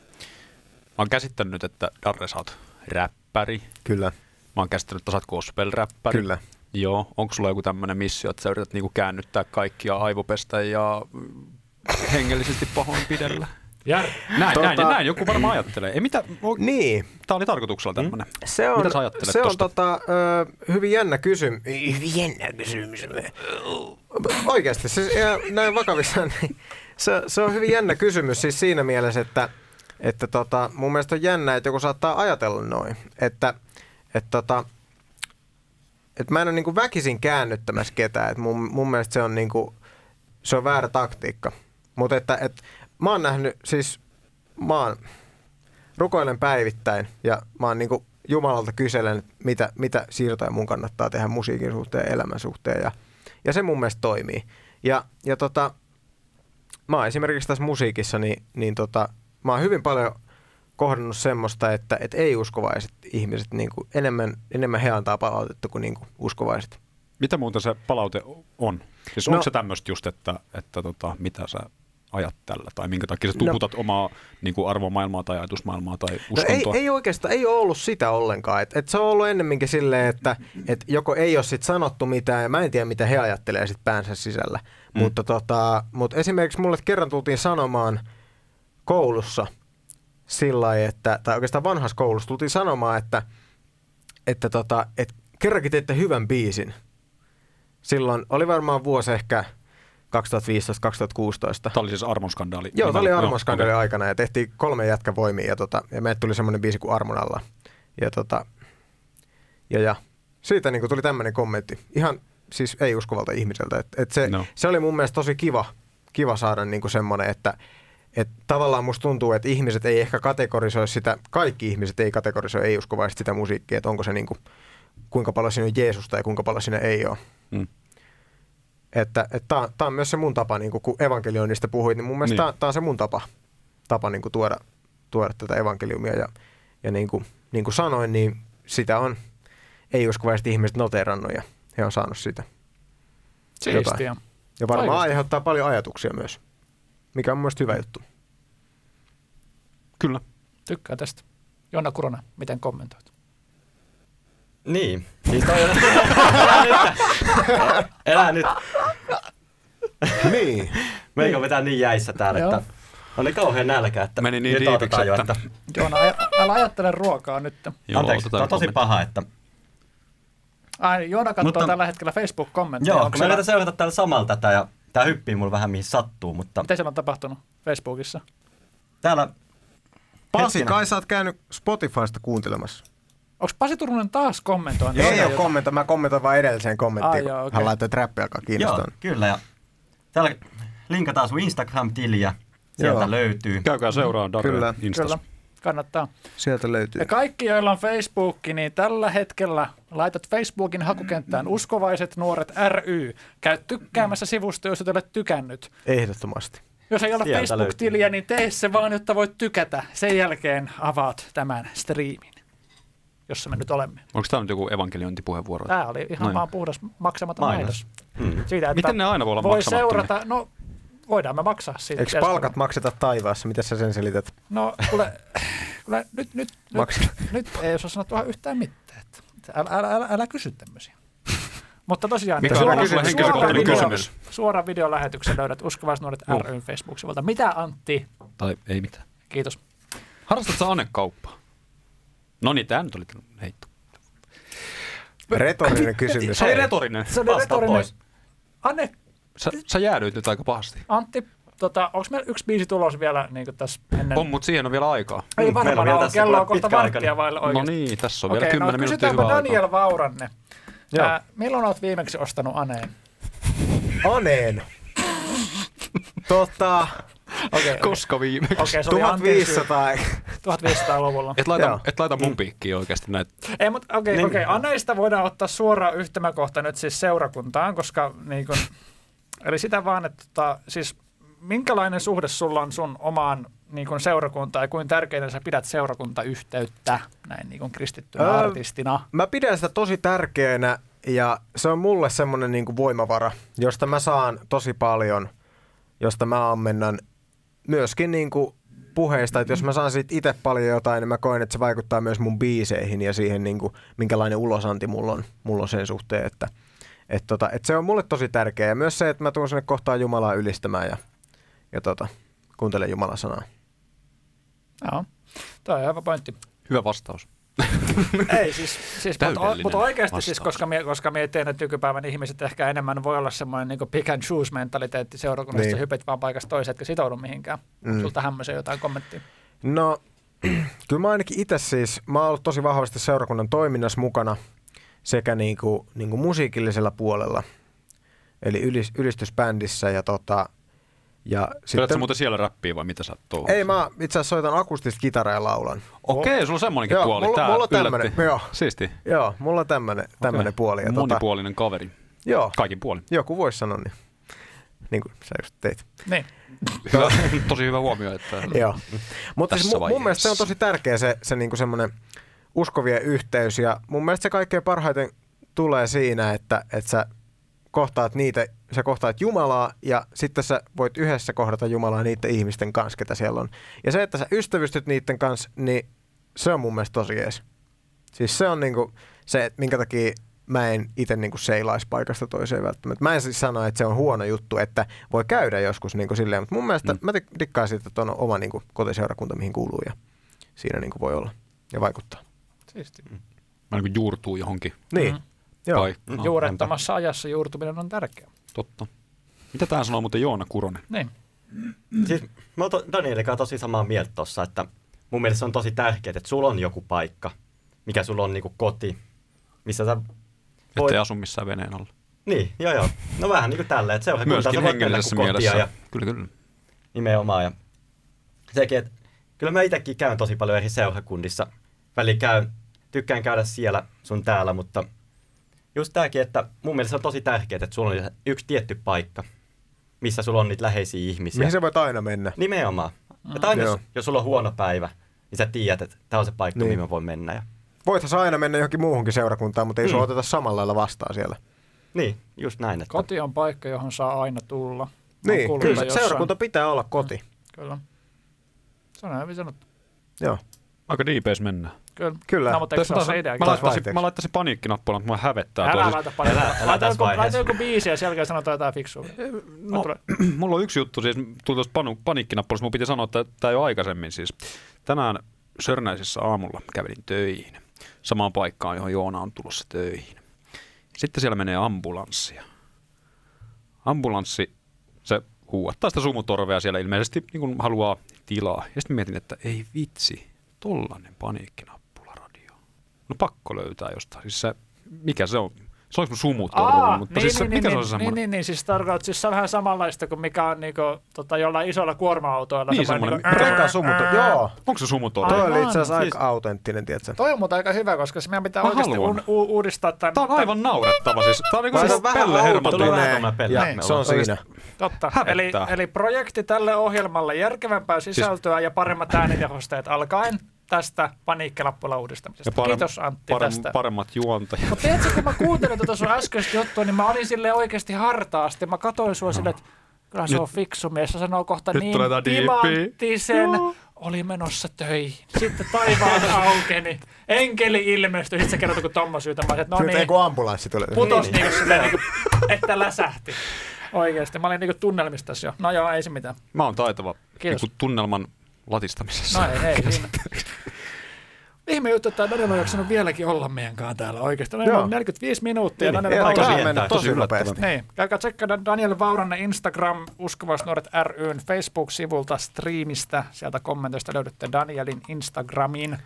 Mä oon käsittänyt, että Darre, sä oot räppäri.
Kyllä.
Mä oon käsittänyt, että sä oot gospel-räppäri.
Kyllä.
Joo. Onko sulla joku tämmöinen missio, että sä yrität niinku käännyttää kaikkia aivopestä ja mm, hengellisesti pahoinpidellä?
Jär.
Näin, tota... näin,
Tota-
näin, joku varmaan ajattelee. Ei, mitä,
Niin, Mm.
Tämä oli tarkoituksella tämmöinen.
se on,
Mitä sä ajattelet
se on
tosta?
tota, ö, hyvin jännä kysymys.
Hyvin jännä kysymys.
Oikeasti, siis ihan näin vakavissaan. [LAUGHS] niin Se, se on hyvin jännä kysymys siis siinä mielessä, että, että tota, mun mielestä on jännä, että joku saattaa ajatella noin. Että, että tota, että mä en ole niinku väkisin käännyttämässä ketään. Et mun, mun mielestä se on, niinku, se on väärä taktiikka. Mutta että, et, mä oon nähnyt siis, mä oon, rukoilen päivittäin ja mä oon niinku Jumalalta kyselen, että mitä, mitä siirtoja mun kannattaa tehdä musiikin suhteen ja elämän suhteen. Ja, ja se mun mielestä toimii. Ja, ja tota, mä oon esimerkiksi tässä musiikissa, niin, niin tota, mä oon hyvin paljon kohdannut semmoista, että, että ei-uskovaiset ihmiset, niin kuin enemmän, enemmän he antaa palautetta kuin, niin kuin uskovaiset.
Mitä muuta se palaute on? Siis no,
No-
onko se tämmöistä just, että, että tota, mitä sä ajat tällä, tai minkä takia sä tuputat no, omaa niin kuin arvomaailmaa tai ajatusmaailmaa tai uskontoa?
No ei, ei oikeastaan, ei ole ollut sitä ollenkaan. Et, et se on ollut ennemminkin silleen, että et joko ei ole sit sanottu mitään, ja mä en tiedä mitä he ajattelee sit päänsä sisällä. Mm. Mutta tota, mut esimerkiksi mulle kerran tultiin sanomaan koulussa sillä lailla, että, tai oikeastaan vanhassa koulussa tultiin sanomaan, että, että, tota, että kerrankin teitte hyvän biisin. silloin, oli varmaan vuosi ehkä 2015-2016.
Tämä oli siis armonskandaali.
Joo, tämä oli
Nimellä-
armoskandali
okei.
aikana ja tehtiin kolme jätkävoimia ja, tota, ja meille tuli semmoinen biisi kuin Armon alla. Ja, tota, ja, ja siitä niin tuli tämmöinen kommentti. Ihan siis ei uskovalta ihmiseltä. Et, et se,
No.
no. se, oli mun mielestä tosi kiva, kiva saada niin semmoinen, että et tavallaan musta tuntuu, että ihmiset ei ehkä kategorisoi sitä, kaikki ihmiset ei kategorisoi ei-uskovaisesti sitä musiikkia, että onko se niin kuin, kuinka paljon siinä on Jeesusta ja kuinka paljon siinä ei ole.
Mm.
Että tämä on, on myös se mun tapa, niin kun evankelioinnista puhuit, niin mun mielestä
Niin.
niin. tämä on se mun tapa, tapa niin tuoda, tuoda tätä evankeliumia. Ja, ja niin, kuin, niin kuin sanoin, niin sitä on ei-uskovaiset ihmiset noterannut ja he on saanut sitä.
Siistiä.
Ja varmaan
Aivan.
aiheuttaa paljon ajatuksia myös, mikä on mun mielestä hyvä juttu.
Kyllä.
Tykkään tästä. Jonna Kuronen, miten kommentoit?
Niin. Siis toi on... [LAUGHS] Elä nyt. Elä nyt.
[LAUGHS] Niin.
Meikä vetää niin jäissä täällä,
Joo.
että oli kauhean nälkä, että
Meni niin
nyt otetaan
diipiksi,
jo,
että-
että...
Joona, aj- älä ajattele ruokaa nyt.
Joo,
Anteeksi,
otetaan
tämä on tosi
kommentti.
paha, että...
Ai, Joona katsoo
Mutta-
tällä hetkellä Facebook-kommentteja.
Joo,
Onko
kun mä yritän
siellä-
seurata täällä samalla tätä ja tää hyppii mulla vähän mihin sattuu, mutta
Mitä siellä on tapahtunut Facebookissa?
täällä...
Pasi,
Hetkinen.
kai sä oot käynyt Spotifysta kuuntelemassa.
Onko Pasi Turunen taas kommentoinut?
Ei, ei
Jotain
ole
jotain?
kommenta, mä kommentoin vaan edelliseen
Ai
kommenttiin,
joo,
kun
okei.
hän laittoi trappia, joka
Joo,
kiinnostaa.
kyllä. Ja täällä linkataan sun Instagram-tiliä. Sieltä
Joo.
löytyy.
Käykää seuraa Darren
Kyllä,
Instas.
Kyllä, kannattaa.
Sieltä löytyy.
Ja kaikki, joilla on Facebook, niin tällä hetkellä laitat Facebookin hakukenttään
Mm.
uskovaiset nuoret ry. Käy tykkäämässä sivusta, jos et ole tykännyt.
Ehdottomasti.
Jos ei ole
Sieltä
Facebook-tiliä, niin tee se vaan, jotta voit tykätä. Sen jälkeen avaat tämän striimin, jossa me nyt olemme.
Onko tämä nyt joku evankeliointipuheenvuoro?
Tämä oli ihan
Noin. Hmm.
vaan puhdas maksamaton
Mainos.
mainos. Siitä, että
Miten ne aina voi olla
voi
maksamattomia?
seurata, no voidaan me maksaa siitä.
Eikö palkat makseta taivaassa? Mitä sä sen selität?
No kuule, kuule nyt, nyt,
Maksaa.
nyt, nyt ei osaa sanoa tuohon yhtään mitään. Että älä, älä, älä, älä kysy tämmöisiä. Mutta tosiaan,
Mikä
on
suora-
kysymys?
Henkilökohtainen
video-
kysymys. Uh.
suoran videolähetyksen löydät Uskovaisnuoret ryn Facebook-sivulta. Mitä Antti?
Tai ei mitään.
Kiitos.
Harrastat sä anekauppaa? No niin, tämä nyt oli heitto.
Retorinen kysymys.
Se oli retorinen.
Se oli
Vastaa
retorinen.
pois.
Anne,
Sä, sä jäädyit nyt aika pahasti.
Antti, tota, onko meillä yksi biisi tulos vielä niin tässä ennen?
On, mutta siihen on vielä aikaa.
Ei
Niin, meillä on
varmaan
vielä
ole,
tässä
kello on
pitkä
kohta
aika,
varttia
niin-
vailla
No
oikeasti. no
niin, tässä on vielä 10 minuuttia
kysytäänpä
hyvää
Daniel
aikaa.
Vauranne.
Joo.
Ää, milloin olet viimeksi ostanut aneen?
Aneen. Tota,
Okei, okay,
Koska viimeksi?
okay, se oli Antin syy.
1500.
1500-luvulla.
Et laita,
Joo.
et laita mun piikkiin oikeasti näitä.
Niin.
Ei, mutta okei, okay, okay. aneista voidaan ottaa suoraan yhtymäkohta nyt siis seurakuntaan, koska niin kun, eli sitä vaan, että tota, siis minkälainen suhde sulla on sun omaan niin kun seurakuntaan ja kuin tärkeänä sä pidät seurakuntayhteyttä näin niin kun kristittynä
Öö,
artistina?
Mä pidän sitä tosi tärkeänä ja se on mulle semmoinen niin voimavara, josta mä saan tosi paljon, josta mä ammennan myöskin niin kuin puheista, että jos mä saan siitä itse paljon jotain, niin mä koen, että se vaikuttaa myös mun biiseihin ja siihen, niin kuin, minkälainen ulosanti mulla on, mulla on sen suhteen, että et tota, et se on mulle tosi tärkeää. Ja myös se, että mä tuun sinne kohtaan Jumalaa ylistämään ja, ja tota, kuuntelen Jumalan sanaa.
Joo, toi on hyvä pointti.
Hyvä vastaus.
Ei siis, siis mutta,
Täydellinen
mutta oikeasti siis,
vastaus.
koska mie, koska mietin, että nykypäivän ihmiset ehkä enemmän voi olla semmoinen niin pick and choose mentaliteetti seurakunnasta,
Niin.
niin. hypet vaan paikasta toiseen, etkä sitoudu mihinkään. Mm.
Mm.
Sulta hämmöisen jotain kommenttia.
No, [CLEARS THROAT] kyllä mä ainakin itse siis, mä oon ollut tosi vahvasti seurakunnan toiminnassa mukana sekä niinku, niinku musiikillisella puolella, eli ylis, ylistysbändissä ja tota, ja
Pidätkö
sitten...
muuten siellä räppiä vai mitä sä touhuat?
Ei, mä itse asiassa soitan akustista kitaraa ja laulan.
Okei, sulla on semmoinenkin
Joo,
puoli.
mulla-
Tää
mulla on
yllätti.
tämmönen, joo.
Siisti. Okei.
Joo, mulla on tämmönen, tämmönen puoli. Ja tota,
Monipuolinen kaveri.
joo,
Kaikin puolin.
joku voisi sanoa niin. Niin kuin sä just teit.
Niin.
Hyvä, [LAUGHS] tosi hyvä huomio, että
[LAUGHS] Joo. Mutta siis
Tässä
mun,
vaiheessa.
mun mielestä se on tosi tärkeä se, se niinku semmoinen uskovien yhteys ja mun mielestä se kaikkein parhaiten tulee siinä, että, että sä kohtaat niitä, sä kohtaat Jumalaa ja sitten sä voit yhdessä kohdata Jumalaa niiden ihmisten kanssa, ketä siellä on. Ja se, että sä ystävystyt niiden kanssa, niin se on mun mielestä tosi jees. Siis se on niinku se, että minkä takia mä en itse niinku seilaisi paikasta toiseen välttämättä. Mä en siis sano, että se on huono juttu, että voi käydä joskus niinku silleen, mutta mun mielestä mm. mä tik- dikkaan siitä, että on oma niinku kotiseurakunta, mihin kuuluu ja siinä niinku voi olla ja vaikuttaa.
Siisti.
mä niin juurtuu johonkin
Niin, mm. Joo.
paikkaa.
No, Juurettomassa ajassa juurtuminen on tärkeää.
Totta. Mitä tää sanoo muuten Joona Kuronen?
Niin.
Siis mä oon to- Danielin kanssa tosi samaa mieltä tossa, että mun mielestä se on tosi tärkeää, että sulla on joku paikka, mikä sulla on niinku koti, missä sä voit...
Ettei asu missään veneen alla.
Niin, joo joo. No vähän niinku tällä, että se on kuntaa,
Myöskin
sä voit mennä
hengellisessä
kun kotia
mielessä.
ja
Ja... Kyllä, kyllä.
nimenomaan. Ja sekin, että kyllä mä itsekin käyn tosi paljon eri seurakunnissa. Väli käyn, tykkään käydä siellä sun täällä, mutta just tääkin, että mun mielestä se on tosi tärkeää, että sulla on yksi tietty paikka, missä sulla on niitä läheisiä ihmisiä.
Mihin sä voit aina mennä?
Nimenomaan. Mm. Että aina,
Joo.
jos, jos sulla on huono päivä, niin sä tiedät, että tämä on se paikka,
Niin.
niin. mihin mä voin mennä. Ja...
Voithan sä aina mennä johonkin muuhunkin seurakuntaan, mutta ei mm. sua oteta samalla lailla vastaan siellä.
Niin, just näin. Että...
Koti on paikka, johon saa aina tulla. Mä oon
Niin,
kuullut
kyllä.
jossain.
Seurakunta pitää olla koti. Mm.
Kyllä. Se on hyvin sanottu.
Joo.
Aika diipeis mennään.
Kyllä.
Kyllä.
No, mutta eikö se ole se
mä,
ideakin?
taas-
laittaisin,
vaihteeksi.
mä laittaisin paniikkinappula, mutta mua hävettää.
Älä
Älä,
laita paljon.
Älä- älä
Laita
tässä
joku, laita
vaiheessa.
joku biisi ja sen jälkeen sanotaan jotain fiksua.
no, [CLEARS THROAT] mulla on yksi juttu, siis tuli tuosta panu- paniikkinappulasta, mun piti sanoa, että tämä jo aikaisemmin siis. Tänään Sörnäisissä aamulla kävelin töihin, samaan paikkaan, johon Joona on tulossa töihin. Sitten siellä menee ambulanssia. Ambulanssi, se huuattaa sitä sumutorvea siellä ilmeisesti niin kuin haluaa tilaa. Ja sitten mietin, että ei vitsi, tollanen paniikkinappula radio. No pakko löytää jostain. Siis se, mikä se on? Se olisi mun sumutorvi,
Aa,
mutta
niin,
siis se,
niin,
mikä
niin,
se on se
niin,
semmoinen?
niin, niin, siis tarkoitat, siis se on vähän samanlaista kuin mikä on niinku, tota, jollain isolla kuorma-autoilla.
Niin,
semmoinen
semmoinen-
niinku,
Teka sumuto. Joo.
Onko se sumutorvi?
Toi
Aivan,
oli itse asiassa
siis-
aika autenttinen, tiedätkö?
Toi on muuten aika hyvä, koska se meidän pitää
Mä
oikeasti
haluan.
u- u- uudistaa tämän.
Tämä on aivan naurettava siis. Tämä on niinku
Vai
siis
se on vähän
Pelle
Tuli
Hermantin.
outo?
vähän
Niin.
tuommoinen pelle.
Ja
Me
Se on
ollaan-
siinä.
Totta. Eli,
Hävettää.
eli projekti tälle ohjelmalle järkevämpää
Siis-
sisältöä ja paremmat äänitehosteet alkaen tästä paniikkilappulla uudistamisesta.
parem-
Kiitos Antti tästä.
Paremmat juontajat.
Mutta tiedätkö, kun mä kuuntelin tuota sun äskeistä juttua, niin mä olin sille oikeasti hartaasti. Mä katsoin sua silleen, että kyllä se on fiksu mies. Se sanoo kohta
nyt
niin
tulee tää diippi.
timanttisen. Oli menossa töihin. Sitten taivaan
[LAUGHS]
aukeni. Enkeli ilmestyi. Sitten se kertoi, kun Tommo syytä. Mä olin, että no
Nyt ei
niin,
kun ambulanssi tulee.
putos niin, silleen, niin kuin, että läsähti. Oikeasti. Mä olin niin tunnelmissa tässä jo. No joo, ei se mitään.
Mä oon taitava
Kiitos.
niinku tunnelman latistamisessa.
No ei, ei siinä. Ihme juttu, että Daniel on jaksanut vieläkin olla meidän kanssa täällä oikeasti. Daniel
Joo.
on 45 minuuttia.
Niin,
Daniel
Ei,
Aika
tää on
hienoa.
mennyt tosi
Tosi yllättävää.
nopeasti.
Niin, käykää tsekkaa Daniel Vauranne Instagram Uskovaisnuoret ryn Facebook-sivulta striimistä. Sieltä kommentoista löydätte Danielin Instagramin.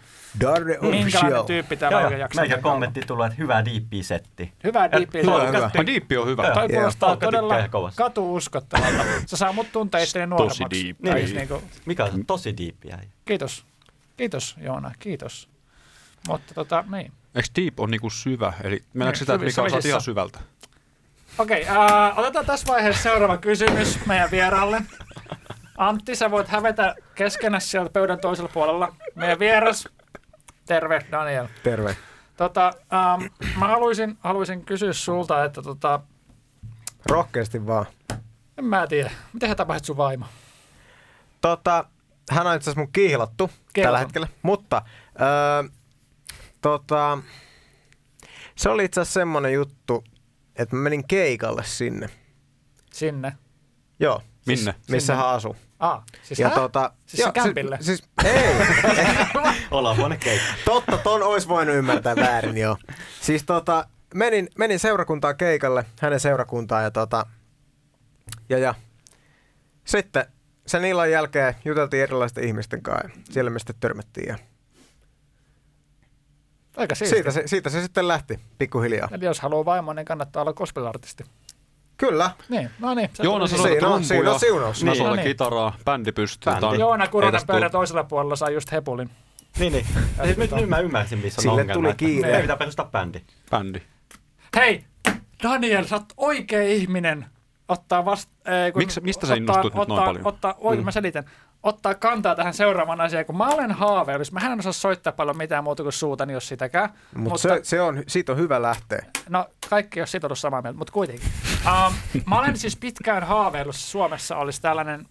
Darre
Minkälainen
Official.
tyyppi tämä
Joo,
oikein
joo.
jaksaa?
Meikä kommentti tulee, että hyvä diippi setti.
Hyvä diippi. Toi
hyvä.
Ai, diippi on hyvä.
Joo.
toi
Joo.
kuulostaa
Palkka
todella
tykkää kovasti.
katuuskottavalta. Se saa mut tuntea itseäni nuoremmaksi.
diippi.
Tai
Niin.
siis niinku-
Mikä on tosi diippiä.
Kiitos. Kiitos Joona, kiitos. Mutta tota, niin.
Eikö deep on niinku syvä? Eli mennäänkö
Niin,
sitä, että
syvissä
mikä on
vesissä.
ihan syvältä?
Okei, ää, otetaan tässä vaiheessa seuraava kysymys meidän vieraalle. Antti, sä voit hävetä keskenä sieltä pöydän toisella puolella. Meidän vieras. Terve, Daniel.
Terve.
Tota, ähm, mä haluaisin, haluaisin kysyä sulta, että tota,
Rohkeasti vaan.
en mä tiedä, miten sä tapasit sun vaimo?
Tota, hän on itse asiassa mun kiihlattu tällä
Kerro.
hetkellä, mutta öö, tota, se oli itse asiassa semmonen juttu, että mä menin keikalle sinne.
Sinne.
Joo,
Minne?
missä hän asuu.
Ah, siis
Ja
hä?
tota,
Siis se kämpille?
Siis, siis,
[LAUGHS]
ei,
Ollaan huone keikka.
totta, ton olisi voinut ymmärtää väärin, joo. Siis tota, menin, menin seurakuntaa keikalle, hänen seurakuntaan ja tota, ja, ja. Sitten sen illan jälkeen juteltiin erilaisten ihmisten kanssa ja siellä me sitten törmättiin ja
Aika siisti.
siitä se, siitä se sitten lähti pikkuhiljaa.
Eli jos haluaa vaimon, niin kannattaa olla gospel-artisti.
Kyllä.
Niin, no niin. se
Joona
tuli
sanoi,
Siinä
että
on- siinä on siunaus.
Mä
Niin.
soitan
No niin.
kitaraa, bändi pystyy.
Bändi.
Tää on-
Joona
ei
Kuronen
tästä
pöydän
tuu-
toisella puolella sai just hepulin.
[LAUGHS] Niin, niin. Ja siis nyt, nyt mä ymmärsin, missä on
Sille
ongelma.
tuli
että
kiire.
Meidän pitää perustaa bändi.
Bändi.
Hei, Daniel, sä oot oikea ihminen ottaa vasta... Ei,
Miksi- mistä sä innostuit nyt
ottaa,
noin paljon? Mm.
Ottaa, oi, mä selitän. Ottaa kantaa tähän seuraavaan asiaan, kun mä olen haaveillut. Mä en osaa soittaa paljon mitään muuta kuin suutani, jos sitäkään. Mut
Mut
mutta
Mutta se, se on, siitä on hyvä lähteä.
no, kaikki ei ole siitä ollut samaa mieltä, mutta kuitenkin. Um, mä olen siis pitkään haaveillut, Suomessa olisi tällainen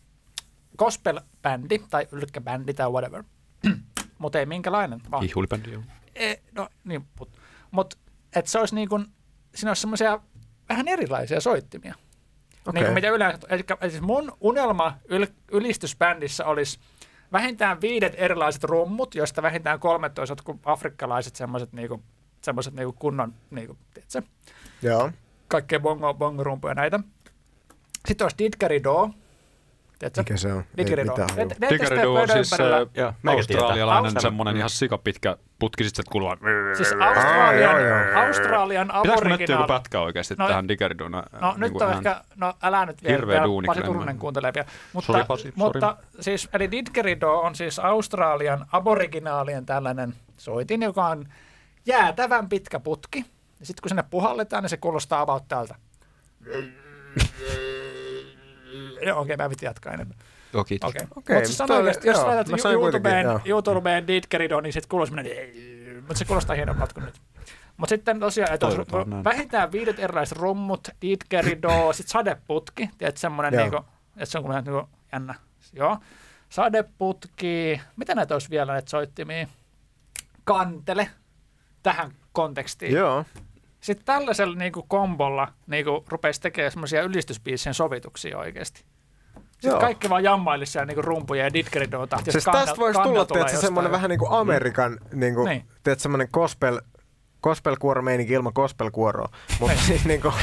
gospel-bändi tai ylkkäbändi tai whatever. [CLEARS THROAT] mutta ei minkälainen, vaan
Ihulibändi, joo.
E, no niin, mutta mut, et se olisi niin kuin, siinä olisi semmoisia vähän erilaisia soittimia. Okay.
Okei.
Niin kuin mitä yleensä, eli, eli siis mun unelma yl, ylistysbändissä olisi vähintään viidet erilaiset rummut, joista vähintään kolme toiset kuin afrikkalaiset semmoiset niin kuin semmoiset niinku kunnon, niinku, tiedätkö,
Joo.
kaikkea bongo, bongorumpuja näitä. Sitten olisi Didgeridoo. Tiedätkö?
Mikä se on? Ei
Didgeridoo.
mitään hajua.
Ne- ne-
Didgeridoo on
pöydän
siis
ympärillä-
se
Joo, meikä
australialainen
tietää.
semmoinen ihan sikapitkä putki, sitten kuuluu.
Siis Australian,
Joo, joo,
Australian
Pitääkö mä nyt joku
aboriginaali.
pätkä oikeasti
No-
tähän äh, niin Digeridoon?
Äh,
No
niinku
nyt on ehkä, no älä nyt vielä,
Hirveä
täällä
duuni
Pasi
kyllä,
Turunen
mä-
kuuntelee vielä. Mutta,
Sori, Pasi, sori.
mutta siis, eli Didgeridoo on siis Australian aboriginaalien tällainen soitin, joka on jäätävän pitkä putki. Ja sitten kun sinne puhalletaan, niin se kuulostaa
[LAUGHS]
about tältä. Joo, okei, mä piti jatkaa enemmän.
Okei, okay.
Okei.
Okei,
Mutta siis
mutta
sano
toi-
oikeasti, jos
joo,
laitat
mä sain kuitenkin,
YouTubeen,
joo.
YouTubeen Didgeridoo, niin sit kuuluu semmoinen, mutta se kuulostaa hienommalta kuin nyt. Mutta sitten tosiaan, että olisi
Toivotaan näin.
vähintään viidet erilaiset rummut, Didgeridoo, sitten sadeputki, tiedät semmoinen,
Joo.
niinku, että se on kuin niinku, jännä. Joo. Sadeputki, mitä näitä olisi vielä näitä soittimia? Kantele tähän kontekstiin.
Joo.
Sitten tällaisella niinku kombolla niinku rupesi tekemään semmoisia ylistysbiisien sovituksia oikeasti. Sitten
Joo.
Joo. kaikki vaan jammailisi siellä niinku rumpuja ja didgeridoo tahtia.
Siis tästä voisi tulla, tiedätkö, semmoinen vähän niin kuin Amerikan, niin kuin,
Mm. Niin.
tiedätkö, semmoinen gospel, gospelkuoromeininki ilman gospelkuoroa. Mutta
Niin.
siis niin
[LAUGHS]
kuin,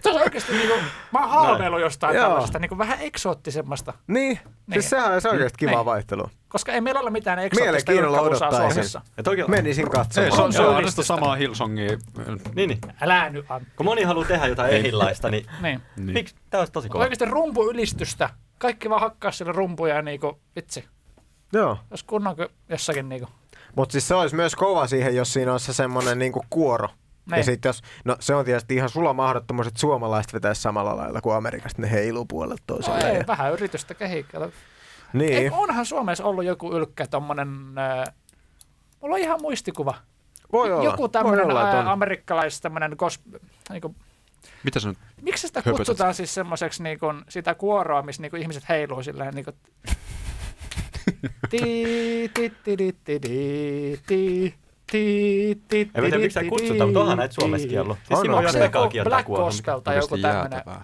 Se on oikeasti niinku, mä oon haaveillut jostain
Joo.
tällaisesta niinku vähän eksoottisemmasta,
niin,
Niin.
siis sehän olisi oikeasti kivaa
Niin.
vaihtelua.
koska ei meillä ole mitään eksoottista
Mielenkiinnolla
yrkkäpusaa
odottaisin.
Suomessa.
Ja toki,
Menisin
Ei, se
katsomaan.
on, se on aina sitä
Yhdistystä.
samaa Hillsongia.
niin, niin.
Älä nyt, Antti.
Kun moni haluaa tehdä jotain erilaista, niin,
Niin.
niin. miksi? Tämä olisi tosi
Mutta
kova.
oikeasti rumpuylistystä. Kaikki vaan hakkaa sille rumpuja ja niinku, vitsi.
Joo.
Jos kunnon ky- jossakin niinku.
Mutta siis se olisi myös kova siihen, jos siinä olisi se semmoinen niinku kuoro. Näin. Ja
Niin.
sit jos, no se on tietysti ihan sulla mahdottomuus, että suomalaiset vetäisi samalla lailla kuin Amerikasta, ne heiluu puolelle
No,
toiselle.
ei,
ja...
vähän yritystä kehikkeellä. Ei,
Niin,
onhan Suomessa ollut joku ylkkä tommonen, äh, mulla on ihan muistikuva.
voi olla.
joku
voi
tämmöinen
olla, että on.
amerikkalais tämmöinen, gos- niinku,
Mitä se nyt?
miksi sitä
Höpötät.
kutsutaan siis semmoiseksi niinku, sitä kuoroa, missä niinku, ihmiset heiluu
[LAUGHS]
silleen niinku, ti ti ti ti ti ti ti ti ti
En mä tiedä, miksi sitä kutsutaan, mutta onhan näitä Suomessakin ollut. Siis Simo
onko
Onko
se
se
Jatkakaa
joku
kieltää
Black
kuoron, mikä
Gospel tai joku
Oikeasti
tämmöinen?
jäätävää.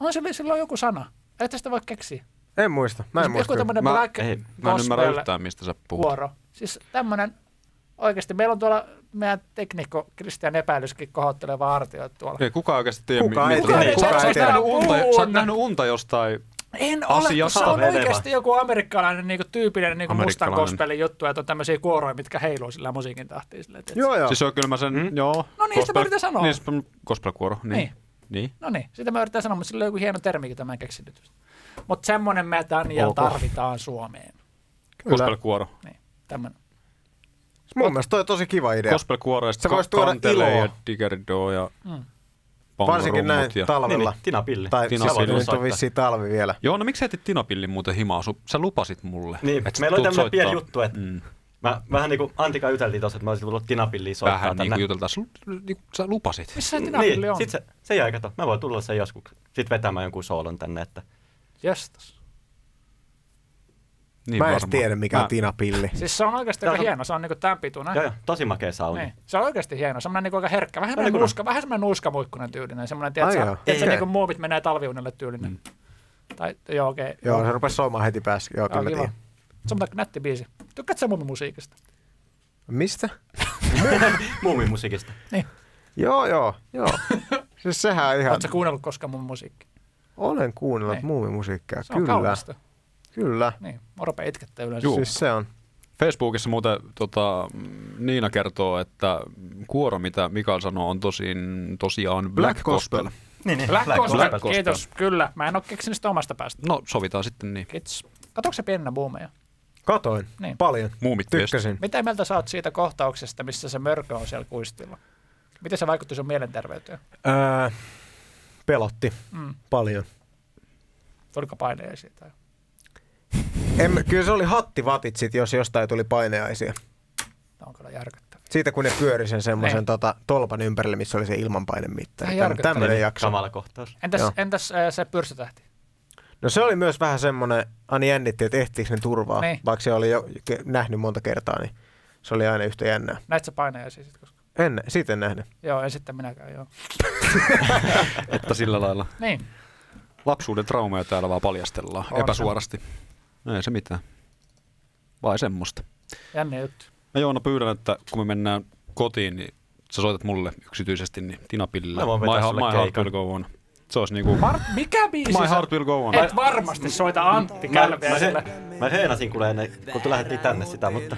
On sillä, sillä on joku sana. Että sitä voi keksiä.
En muista, mä en
Siis joku
muista.
tämmöinen
Mä-
Black
ei,
Mä en ymmärrä
Gospel
yhtään, mistä sä puhut.
kuoro. Siis tämmönen, oikeasti meillä on tuolla meidän teknikko Kristian Epäilyskin kohottelee vartioita tuolla.
Ei kukaan oikeasti tiedä,
Kukaan
mi-
ei
mitä-
tiedä.
Sä-
Kukaan
sä
ei
oot
tiedä.
nähnyt unta, sä oot
Unta.
nähnyt unta jostain.
En ole, kun se
Asiasta
on
menevä.
oikeasti joku amerikkalainen niinku tyypillinen niinku mustan
Amerikkalainen.
gospelin juttu, että on tämmöisiä kuoroja, mitkä heiluu sillä musiikin tahtiin. Sillä,
Joo, Mm. joo.
Siis on kyllä mä sen, joo.
No niin, sitä mä yritän sanoa.
Niin, se- gospelkuoro. Niin.
Niin.
Niin.
No niin, sitä mä yritän sanoa, mutta sillä on joku hieno termi, jota mä en keksinyt. Mutta semmoinen me Daniel
Ok.
tarvitaan Suomeen.
Kyllä.
Gospelkuoro.
Niin, tämmönen.
Mun mielestä toi on tosi kiva idea.
Gospelkuoro ja
Se
sitten
voisi tuoda
kantelee
iloa.
ja digeridoa ja
Mm.
Varsinkin näin
bongorummut ja...
Niin,
talvella.
niin, Tina Pilli.
Tai
Tina
Tina
Silvi.
nyt on vissiin talvi vielä.
Joo, no miksi heitit Tina Pillin muuten himaa? Sun- Sä lupasit mulle.
Niin,
että
meillä oli
tuut
tämmöinen pieni
soittaa.
juttu, että
Mm.
mä vähän niin kuin Antika juteltiin tuossa, että mä olisin tullut Tina Pilliin soittaa
Vähän niin
tänne.
kuin juteltaan. Sä, lu- niinku, sä lupasit.
Missä se
niin,
Tinapilli on?
sit se, se jäi kato. Mä voin tulla sen joskus. Sitten vetämään jonkun soolon tänne, että
Jestas.
Niin
Mä en edes
varmaan.
tiedä, mikä
Mä-
on Tina Pilli.
Siis se on oikeasti
Tää
aika
on-
hieno, se on niinku tämän pituinen.
joo, joo, tosi makea sauni.
Niin. Se on oikeasti hieno, semmoinen niinku aika herkkä, vähän semmoinen
niin kuin-
nuuska, vähän semmoinen nuuskamuikkunen tyylinen, semmoinen,
Ai joo.
tiedätkö,
Ei.
tiedätkö niinku muovit menee talviunelle tyylinen. Mm. Tai, joo, okei. Okay.
Joo, se rupesi soimaan heti päässä. Joo, kyllä mä
kiva.
tiedän.
Se on mutta nätti biisi. Tykkäät sä muun musiikista?
Mistä?
Muumimusiikista.
Niin.
Joo, joo,
[LAUGHS]
joo. siis sehän on ihan...
Oletko kuunnellut koskaan mun musiikkia?
Olen kuunnellut
Niin.
muumimusiikkia,
Se on Kyllä.
kyllä.
kaunista.
Kyllä.
Niin, mä rupean itkettää yleensä.
Juu.
Siis se on.
Facebookissa muuten tota, mm, Niina kertoo, että kuoro, mitä Mikael sanoo, on tosin, tosiaan Black, gospel.
Niin, niin.
Black, Gospel,
Black Gospel.
kiitos. Kyllä, mä en oo keksinyt sitä omasta päästä.
No, sovitaan sitten niin.
Kiitos. Katoinko se piennä boomeja?
Katoin.
Niin.
Paljon.
Muumit myös.
Tykkäsin.
Mitä mieltä sä oot siitä kohtauksesta, missä se mörkö on siellä kuistilla? Miten se vaikutti sun mielenterveyteen?
Öö, pelotti.
Mm.
Paljon.
Tuliko paineisiin? Tai?
En, kyllä se oli hattivatit sit, jos jostain tuli paineaisia.
Tämä on kyllä järkyttävää.
Siitä kun ne pyöri sen semmoisen
Niin.
tota, tolpan ympärille, missä oli se ilmanpainemittari.
Ai
Täm-
järkyttävää.
Niin,
Tämmöinen jakso.
Kamala kohtaus.
Entäs,
Joo.
entäs äh, se pyrstötähti?
No se oli myös vähän semmoinen, aina jännitti, että ehtiikö ne turvaa.
Niin.
Vaikka se oli jo ke- nähnyt monta kertaa, niin se oli aina yhtä jännää.
Näit sä paineisiin sitten? Koska...
En, siitä en nähnyt.
Joo, en sitten minäkään, joo.
Että [LAUGHS] sillä lailla
Niin,
lapsuuden traumeja täällä vaan paljastellaan
On
No epäsuorasti. Ei se mitään. Vai semmoista.
jännä juttu.
Mä Joona pyydän, että kun me mennään kotiin, niin sä soitat mulle yksityisesti, niin Tinapille.
Mä voin vetää
My,
sulle
my heart
keikan.
will go on. Se olisi niinku...
Part, mikä biisi
My
se-
heart will go on.
Et varmasti soita Antti Kälviäiselle.
Mä, mä reenasin kuule ennen, kun te lähdettiin tänne sitä, mutta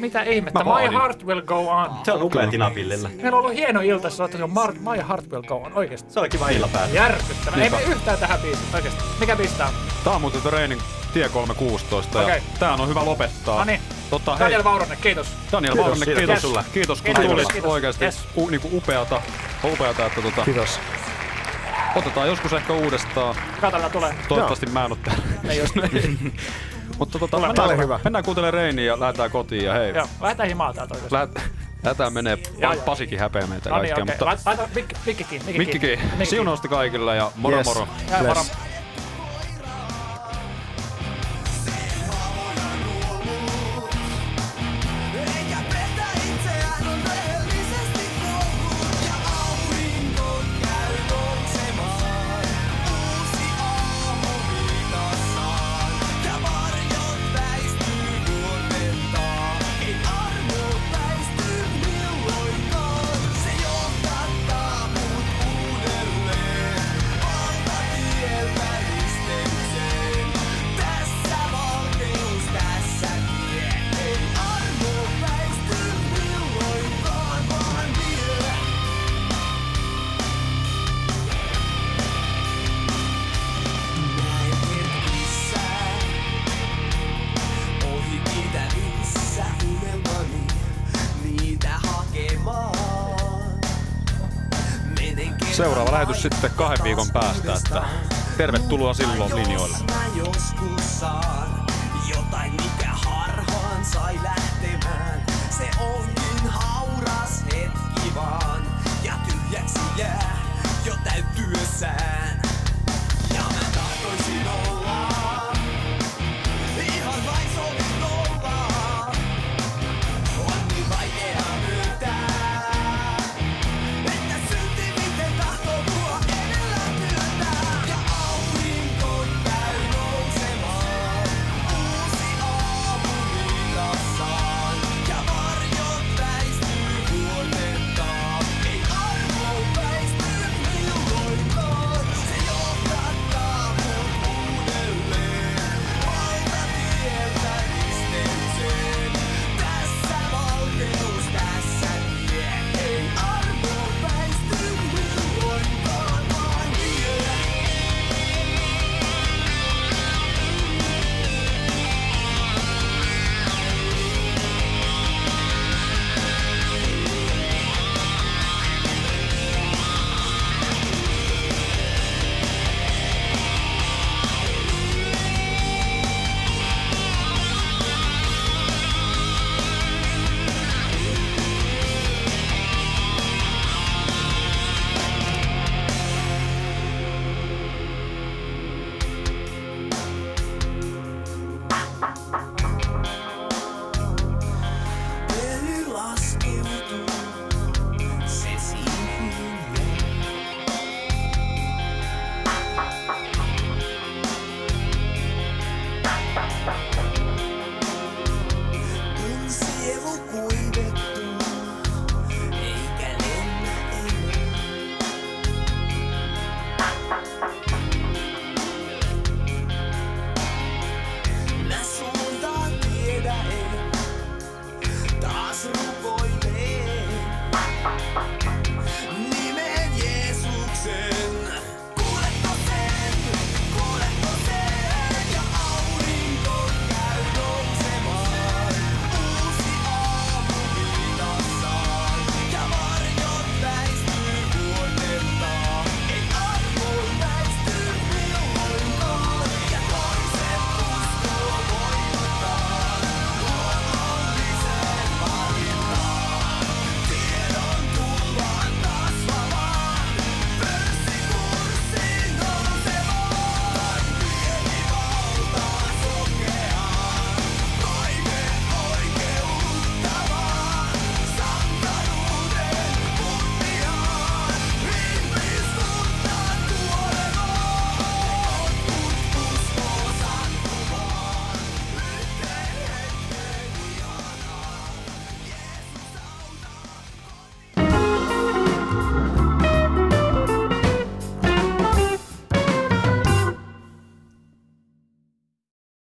Mitä ihmettä?
Mä vaadin.
My heart will go on.
se on upea tinapillillä.
Meillä on ollut hieno ilta, sä oot Mar- My heart will go on. Oikeesti.
Se on kiva illapäätä.
Järkyttävä. Ei
Niinpä.
me yhtään tähän biisiin. Oikeesti. Mikä biisi tää on?
Tää on muuten Reinin tie 316
Okei.
ja tää on hyvä lopettaa.
Noniin.
Tota, hei,
Daniel Vauronen, kiitos.
Daniel
Kiitos
Vauronen,
siitä.
kiitos,
Yes.
sulle. Kiitos kun
Kiitos,
tulit
kiitos.
oikeasti.
Yes.
U, niinku upeata, upeata, että tota,
Kiitos.
otetaan joskus ehkä uudestaan.
Katalla tulee.
Toivottavasti mä en oo täällä. [LAUGHS]
Ei just.
Mutta tota,
Tää
mennään,
oli hyvä.
mennään kuuntelemaan Reiniä ja lähdetään kotiin ja hei.
Joo, lähdetään himaa täältä oikeesti.
Lähet, lähdetään menee.
Joo, joo.
Pasikin häpeä meitä
No niin,
kaikkia,
okei.
mutta
Laita- Laita mikki, mikki kiinni. Mikki,
Mikkikin, siunausta kaikille ja moro
Yes.
moro.
Ja
Bless.
varo-
Eikä petä itseään on rehellisesti kuollut ja aurinko käy nousemaan. Uusi aamu viikassaan ja varjot väistyy luontentaa. Ei armo väisty milloinkaan, se johdattaa mut uudelleen. Valtatien väristykseen, tässä valkeus, tässä tie. Ei armo väisty milloinkaan, vaan vielä. Näin hetkissä, ohi pitävissä unelmani, niitä hakemaan. Menen kerran
Seuraava lähetys sitten kahden viikon päästä, että
uudestaan.
tervetuloa silloin linjoille.
Jos mä joskus saan niin